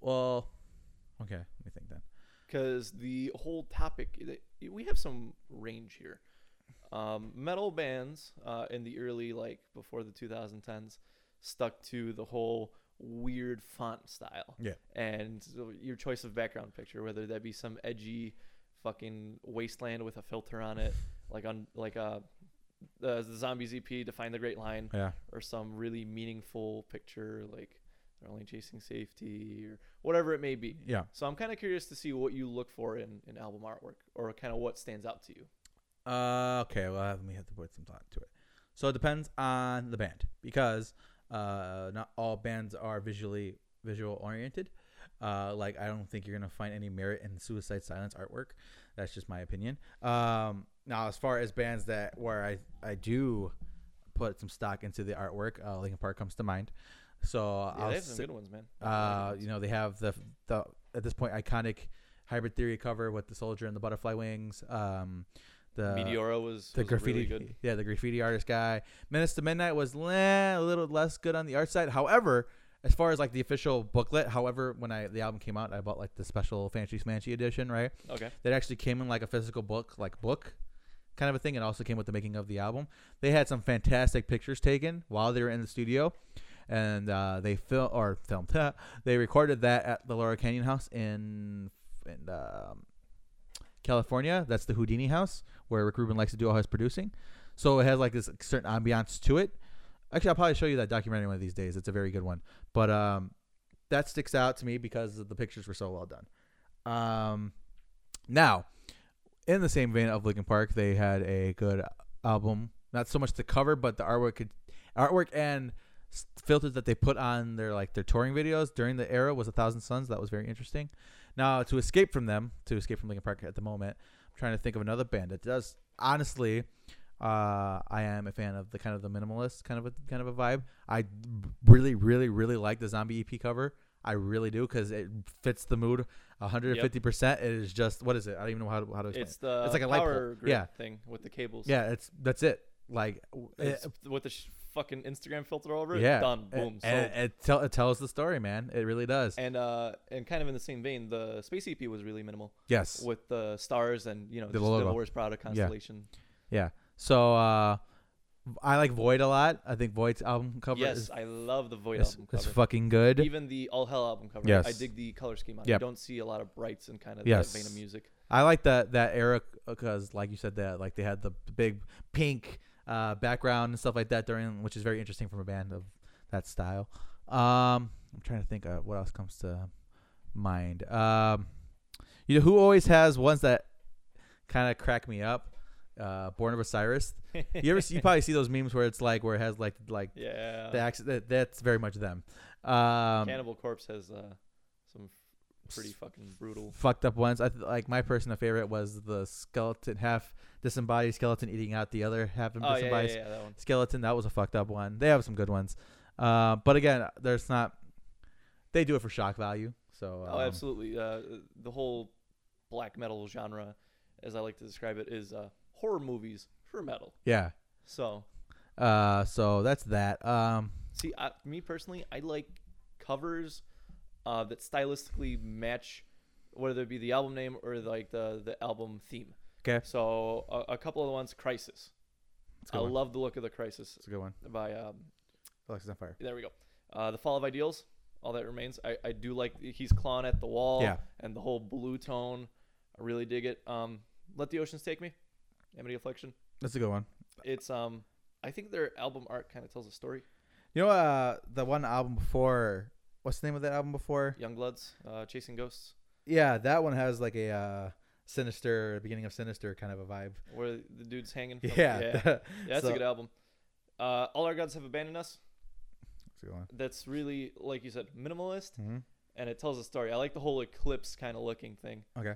Speaker 1: Well, okay, let me think then.
Speaker 2: because the whole topic that- we have some range here. Um, metal bands uh, in the early, like before the 2010s, stuck to the whole weird font style.
Speaker 1: Yeah.
Speaker 2: and so your choice of background picture, whether that be some edgy fucking wasteland with a filter on it, like on like uh, the, the Zombies EP, Define the Great Line,
Speaker 1: Yeah.
Speaker 2: or some really meaningful picture like they're only chasing safety or whatever it may be.
Speaker 1: Yeah.
Speaker 2: So I'm kind of curious to see what you look for in, in album artwork or kind of what stands out to you.
Speaker 1: Uh, okay, well, let me have to put some thought to it. So it depends on the band because uh, not all bands are visually visual oriented. Uh, like I don't think you're gonna find any merit in Suicide Silence artwork. That's just my opinion. Um, now, as far as bands that where I I do put some stock into the artwork, uh, Linkin Park comes to mind. So
Speaker 2: Yeah,
Speaker 1: I'll
Speaker 2: they have some
Speaker 1: say-
Speaker 2: good ones, man.
Speaker 1: uh, you know, they have the the at this point iconic hybrid theory cover with the soldier and the butterfly wings. Um, the
Speaker 2: Meteora was,
Speaker 1: the
Speaker 2: was really
Speaker 1: graffiti,
Speaker 2: good.
Speaker 1: yeah, the graffiti artist guy. Menace to Midnight was eh, a little less good on the art side. However, as far as like the official booklet, however, when I the album came out, I bought like the special fancy smanchy edition, right?
Speaker 2: Okay.
Speaker 1: That actually came in like a physical book, like book kind of a thing. It also came with the making of the album. They had some fantastic pictures taken while they were in the studio, and uh, they film or filmed. they recorded that at the Laura Canyon House in in um, California. That's the Houdini House where Rick Rubin likes to do all his producing. So it has like this certain ambiance to it. Actually, I'll probably show you that documentary one of these days. It's a very good one, but um, that sticks out to me because the pictures were so well done. Um, now, in the same vein of Linkin Park, they had a good album. Not so much the cover, but the artwork, could, artwork and s- filters that they put on their like their touring videos during the era was a thousand suns. That was very interesting. Now to escape from them, to escape from Linkin Park at the moment, I'm trying to think of another band that does. Honestly, uh, I am a fan of the kind of the minimalist kind of a kind of a vibe. I really, really, really like the zombie EP cover. I really do because it fits the mood 150 percent. It is just what is it? I don't even know how to, how to explain.
Speaker 2: It's
Speaker 1: it.
Speaker 2: the
Speaker 1: It's like a light
Speaker 2: power
Speaker 1: pole.
Speaker 2: grid
Speaker 1: Yeah.
Speaker 2: thing with the cables.
Speaker 1: Yeah, it's that's it. Like w-
Speaker 2: It's
Speaker 1: it-
Speaker 2: with the sh- fucking Instagram filter all over it.
Speaker 1: yeah,
Speaker 2: Done.
Speaker 1: It-
Speaker 2: Boom.
Speaker 1: It,
Speaker 2: sold.
Speaker 1: it, tell, it tells the story, man. It really does.
Speaker 2: And uh, and kind of in the same vein, the space EP was really minimal
Speaker 1: yes.
Speaker 2: with the stars and you know
Speaker 1: The
Speaker 2: just the
Speaker 1: logo.
Speaker 2: Morse product constellation.
Speaker 1: So uh, I like Void a lot. I think Void's album cover
Speaker 2: Yes,
Speaker 1: is
Speaker 2: I love the Void
Speaker 1: is,
Speaker 2: album
Speaker 1: is
Speaker 2: cover.
Speaker 1: fucking good.
Speaker 2: Even the All Hell album cover.
Speaker 1: Yes.
Speaker 2: I dig the color scheme on it. You
Speaker 1: Yep.
Speaker 2: don't see a lot of brights in kind of
Speaker 1: Yes.
Speaker 2: that vein of music.
Speaker 1: I like that that era because, like you said, that like they had the big pink uh, background and stuff like that during, which is very interesting from a band of that style. Um, I'm trying to think of what else comes to mind. Um, you know who always has ones that kind of crack me up. Uh, Born of Osiris. You ever see, you probably see those memes where it's like where it has like like
Speaker 2: yeah.
Speaker 1: the accent. That, that's very much them. Um,
Speaker 2: Cannibal Corpse has uh, some pretty fucking brutal.
Speaker 1: fucked up ones. I th- like my personal favorite was the skeleton half disembodied skeleton eating out the other half
Speaker 2: Oh yeah, yeah,
Speaker 1: disembodied
Speaker 2: yeah, that one.
Speaker 1: skeleton. That was a fucked up one. They have some good ones, uh, but again, there's not. They do it for shock value, so um,
Speaker 2: oh, absolutely. Uh, the whole black metal genre, as I like to describe it, is uh, horror movies for metal.
Speaker 1: Yeah.
Speaker 2: So
Speaker 1: Uh, so that's that. Um,
Speaker 2: See, I, me personally, I like covers uh, that stylistically match whether it be the album name or like the the album theme.
Speaker 1: okay.
Speaker 2: So a, a couple of the ones, Crisis.
Speaker 1: That's a
Speaker 2: I
Speaker 1: good one.
Speaker 2: love the look of the Crisis
Speaker 1: That's a good one.
Speaker 2: by um,
Speaker 1: Alexis on fire.
Speaker 2: there we go. Uh, the Fall of Ideals, all that remains. I, I do like he's clawing at the wall
Speaker 1: Yeah.
Speaker 2: and the whole blue tone. I really dig it. Um, Let the Oceans Take Me, Amity Affliction.
Speaker 1: That's a good one.
Speaker 2: It's um, I think their album art kind of tells a story.
Speaker 1: You know, uh, the one album before. What's the name of that album before?
Speaker 2: Youngbloods, uh, Chasing Ghosts.
Speaker 1: Yeah, that one has like a uh, sinister beginning of sinister kind of a vibe.
Speaker 2: where the dude's hanging. From.
Speaker 1: Yeah,
Speaker 2: yeah,
Speaker 1: that's
Speaker 2: Yeah, that's
Speaker 1: so-
Speaker 2: a good album. Uh, All our gods have abandoned us.
Speaker 1: a good one.
Speaker 2: That's really, like you said, minimalist,
Speaker 1: Mhm.
Speaker 2: and it tells a story. I like the whole eclipse kind of looking thing.
Speaker 1: Okay.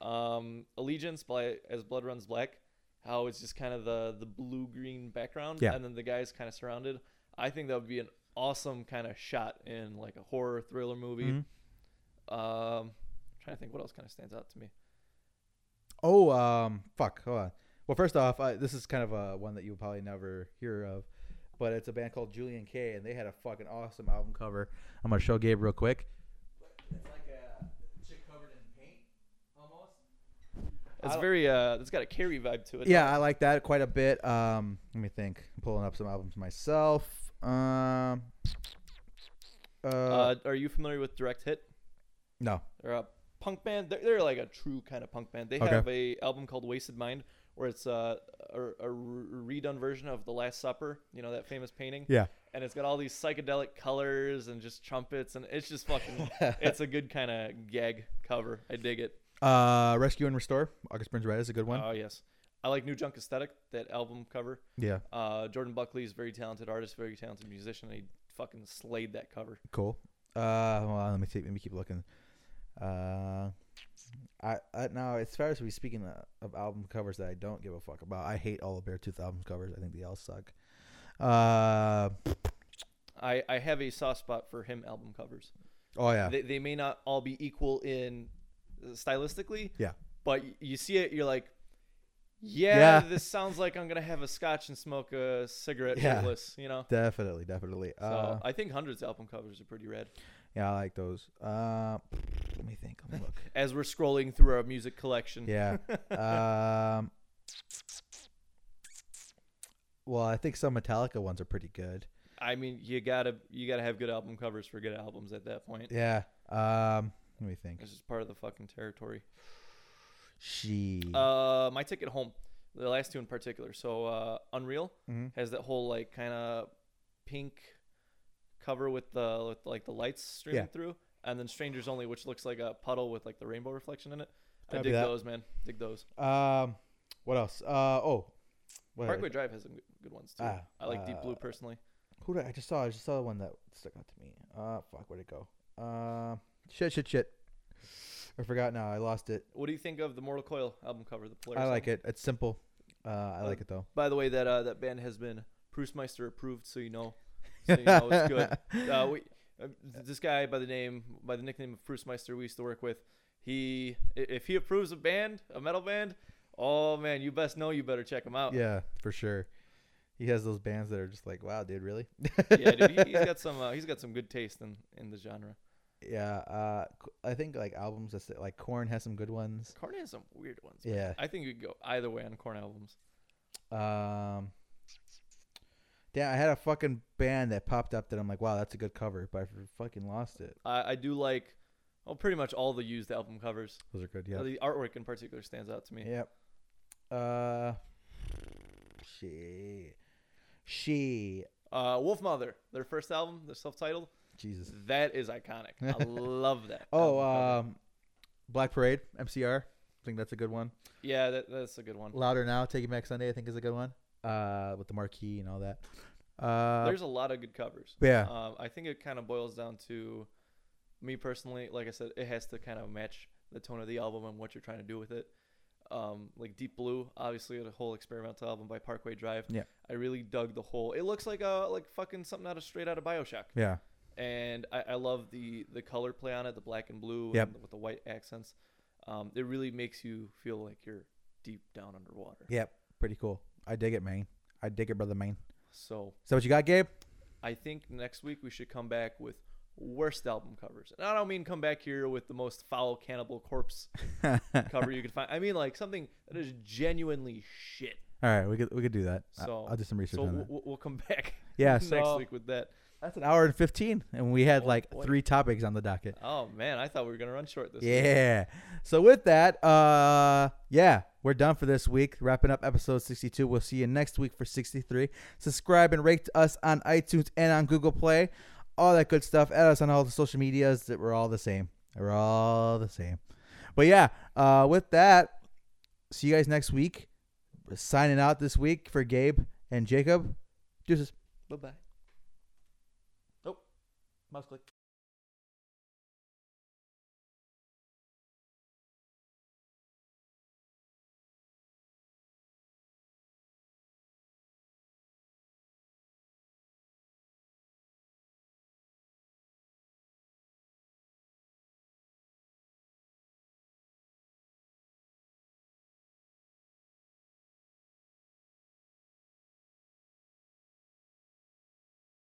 Speaker 2: Um, Allegiance by As Blood Runs Black, how it's just kind of the the blue green background,
Speaker 1: Yeah.
Speaker 2: and then the guy's kind of surrounded. I think that would be an awesome kind of shot in like a horror thriller movie.
Speaker 1: Mhm.
Speaker 2: Um, trying to think what else kind of stands out to me.
Speaker 1: Oh, um, fuck. Hold on. Well, first off, I, this is kind of a one that you'll probably never hear of, but it's a band called Julian K, and they had a fucking awesome album cover. I'm gonna show Gabe real quick. It's like a chick covered in paint, almost.
Speaker 2: It's
Speaker 1: don't-
Speaker 2: very uh, it's got a carry vibe to it.
Speaker 1: Yeah, I like that quite a bit. Um, let me think. I'm pulling up some albums myself. Um, uh,
Speaker 2: Uh, are you familiar with Direct Hit?
Speaker 1: no.
Speaker 2: They're a punk band. They're, they're like a true kind of punk band. They
Speaker 1: Okay.
Speaker 2: have a album called Wasted Mind, where it's uh, a, a re- redone version of The Last Supper. You know that famous painting.
Speaker 1: Yeah.
Speaker 2: And it's got all these psychedelic colors and just trumpets, and it's just fucking. it's a good kind of gag cover. I dig it.
Speaker 1: Uh, Rescue and Restore. August Burns Red is a good one.
Speaker 2: Oh yes, I like New Junk Aesthetic. That album cover.
Speaker 1: yeah,
Speaker 2: Uh, Jordan Buckley is a very talented artist, very talented musician. and He fucking slayed that cover.
Speaker 1: cool. Uh, hold on, let me see. Let me keep looking. Uh, I, I now as far as we speaking uh, of album covers that I don't give a fuck about. I hate all of Beartooth album covers. I think they all suck. Uh,
Speaker 2: I, I have a soft spot for him album covers.
Speaker 1: oh yeah,
Speaker 2: they, they may not all be equal in uh, stylistically.
Speaker 1: Yeah.
Speaker 2: But y- you see it, you're like, yeah,
Speaker 1: Yeah.
Speaker 2: this sounds like I'm gonna have a scotch and smoke a cigarette
Speaker 1: Yeah.
Speaker 2: shirtless, you know.
Speaker 1: definitely, definitely.
Speaker 2: So
Speaker 1: Uh,
Speaker 2: I think hundreds album covers are pretty rad.
Speaker 1: yeah, I like those. Uh, let me think. Let me look.
Speaker 2: As we're scrolling through our music collection,
Speaker 1: Yeah. um, well, I think some Metallica ones are pretty good.
Speaker 2: I mean, you gotta you gotta have good album covers for good albums at that point.
Speaker 1: Yeah. Um, let me think.
Speaker 2: It's just part of the fucking territory.
Speaker 1: She.
Speaker 2: Uh, my ticket home, the last two in particular. So uh, Unreal
Speaker 1: Mhm.
Speaker 2: has that whole like kind of pink cover with the with, like the lights streaming
Speaker 1: Yeah.
Speaker 2: through, and then Strangers Only, which looks like a puddle with like the rainbow reflection in it. I
Speaker 1: Copy
Speaker 2: dig
Speaker 1: that.
Speaker 2: those, man. Dig those.
Speaker 1: Um, what else? Uh, oh, what
Speaker 2: Parkway Drive has some good- good ones too.
Speaker 1: Ah,
Speaker 2: I like Deep Blue
Speaker 1: uh,
Speaker 2: personally.
Speaker 1: who did I, I just saw? I just saw the one that stuck out to me. Uh, fuck, where'd it go? Uh, shit, shit, shit. I forgot now. I lost it.
Speaker 2: What do you think of the Mortal Coil album cover? The Polaris.
Speaker 1: I like
Speaker 2: album?
Speaker 1: it. It's simple. Uh, I
Speaker 2: Uh,
Speaker 1: like it though.
Speaker 2: By the way, that uh, that band has been Prusmeister approved, so you know, so you know it's good. uh, we, uh, th- this guy by the name by the nickname of Bruce Meister we used to work with. He i- if he approves a band, a metal band, oh man, you best know you better check him out.
Speaker 1: Yeah, for sure. He has those bands that are just like, wow, dude, really?
Speaker 2: yeah dude, he, he's got some uh, he's got some good taste in in the genre.
Speaker 1: Yeah, uh, c- I think like albums that's like Corn has some good ones.
Speaker 2: Korn has some weird ones. man.
Speaker 1: Yeah.
Speaker 2: I think you could go either way on Korn albums.
Speaker 1: Um, damn, I had a fucking band that popped up that I'm like, wow, that's a good cover, but I fucking lost it.
Speaker 2: I, I do like well pretty much all the used album covers.
Speaker 1: Those are good. Yeah.
Speaker 2: The artwork in particular stands out to me.
Speaker 1: Yep. Uh, she, she,
Speaker 2: Uh, Wolf Mother, their first album, their self-titled,
Speaker 1: Jesus.
Speaker 2: that is iconic. I love that.
Speaker 1: Oh,
Speaker 2: album cover.
Speaker 1: um, Black Parade, MCR. I think that's a good one.
Speaker 2: yeah, that, that's a good one.
Speaker 1: Louder Now, Taking Back Sunday. I think is a good one. Uh, with the marquee and all that. Uh,
Speaker 2: There's a lot of good covers.
Speaker 1: yeah,
Speaker 2: Um, I think it kind of boils down to me personally. Like I said, it has to kind of match the tone of the album and what you're trying to do with it. Um, like Deep Blue, obviously, the whole experimental album by Parkway Drive.
Speaker 1: Yeah.
Speaker 2: I really dug the whole. It looks like a like fucking something out of straight out of Bioshock.
Speaker 1: yeah.
Speaker 2: And I, I love the the color play on it, the black and blue,
Speaker 1: Yep.
Speaker 2: and with the white accents. um, it really makes you feel like you're deep down underwater.
Speaker 1: Yep. Pretty cool. I dig it, man. I dig it, brother, man.
Speaker 2: So
Speaker 1: So what you got, Gabe?
Speaker 2: I think next week we should come back with worst album covers. And I don't mean come back here with the most foul cannibal corpse cover you can find. I mean like something that is genuinely shit.
Speaker 1: All right, we could we could do that. I-
Speaker 2: So
Speaker 1: I'll do some research
Speaker 2: So
Speaker 1: on
Speaker 2: we'll,
Speaker 1: that.
Speaker 2: we'll- we'll come back
Speaker 1: Yeah,
Speaker 2: next
Speaker 1: so-
Speaker 2: week with that.
Speaker 1: That's an hour and fifteen, and we had
Speaker 2: Oh,
Speaker 1: like
Speaker 2: boy.
Speaker 1: three topics on the docket.
Speaker 2: Oh man, I thought we were gonna run short this. week.
Speaker 1: Yeah. So with that, uh yeah, we're done for this week. Wrapping up episode 62. We'll see you next week for 63. Subscribe and rate us on iTunes and on Google Play. All that good stuff. Add us on all the social medias that we're all the same. We're all the same. But yeah, uh with that, see you guys next week. We're signing out this week for Gabe and Jacob. Deuces.
Speaker 2: Bye bye. Nope. Mouse click.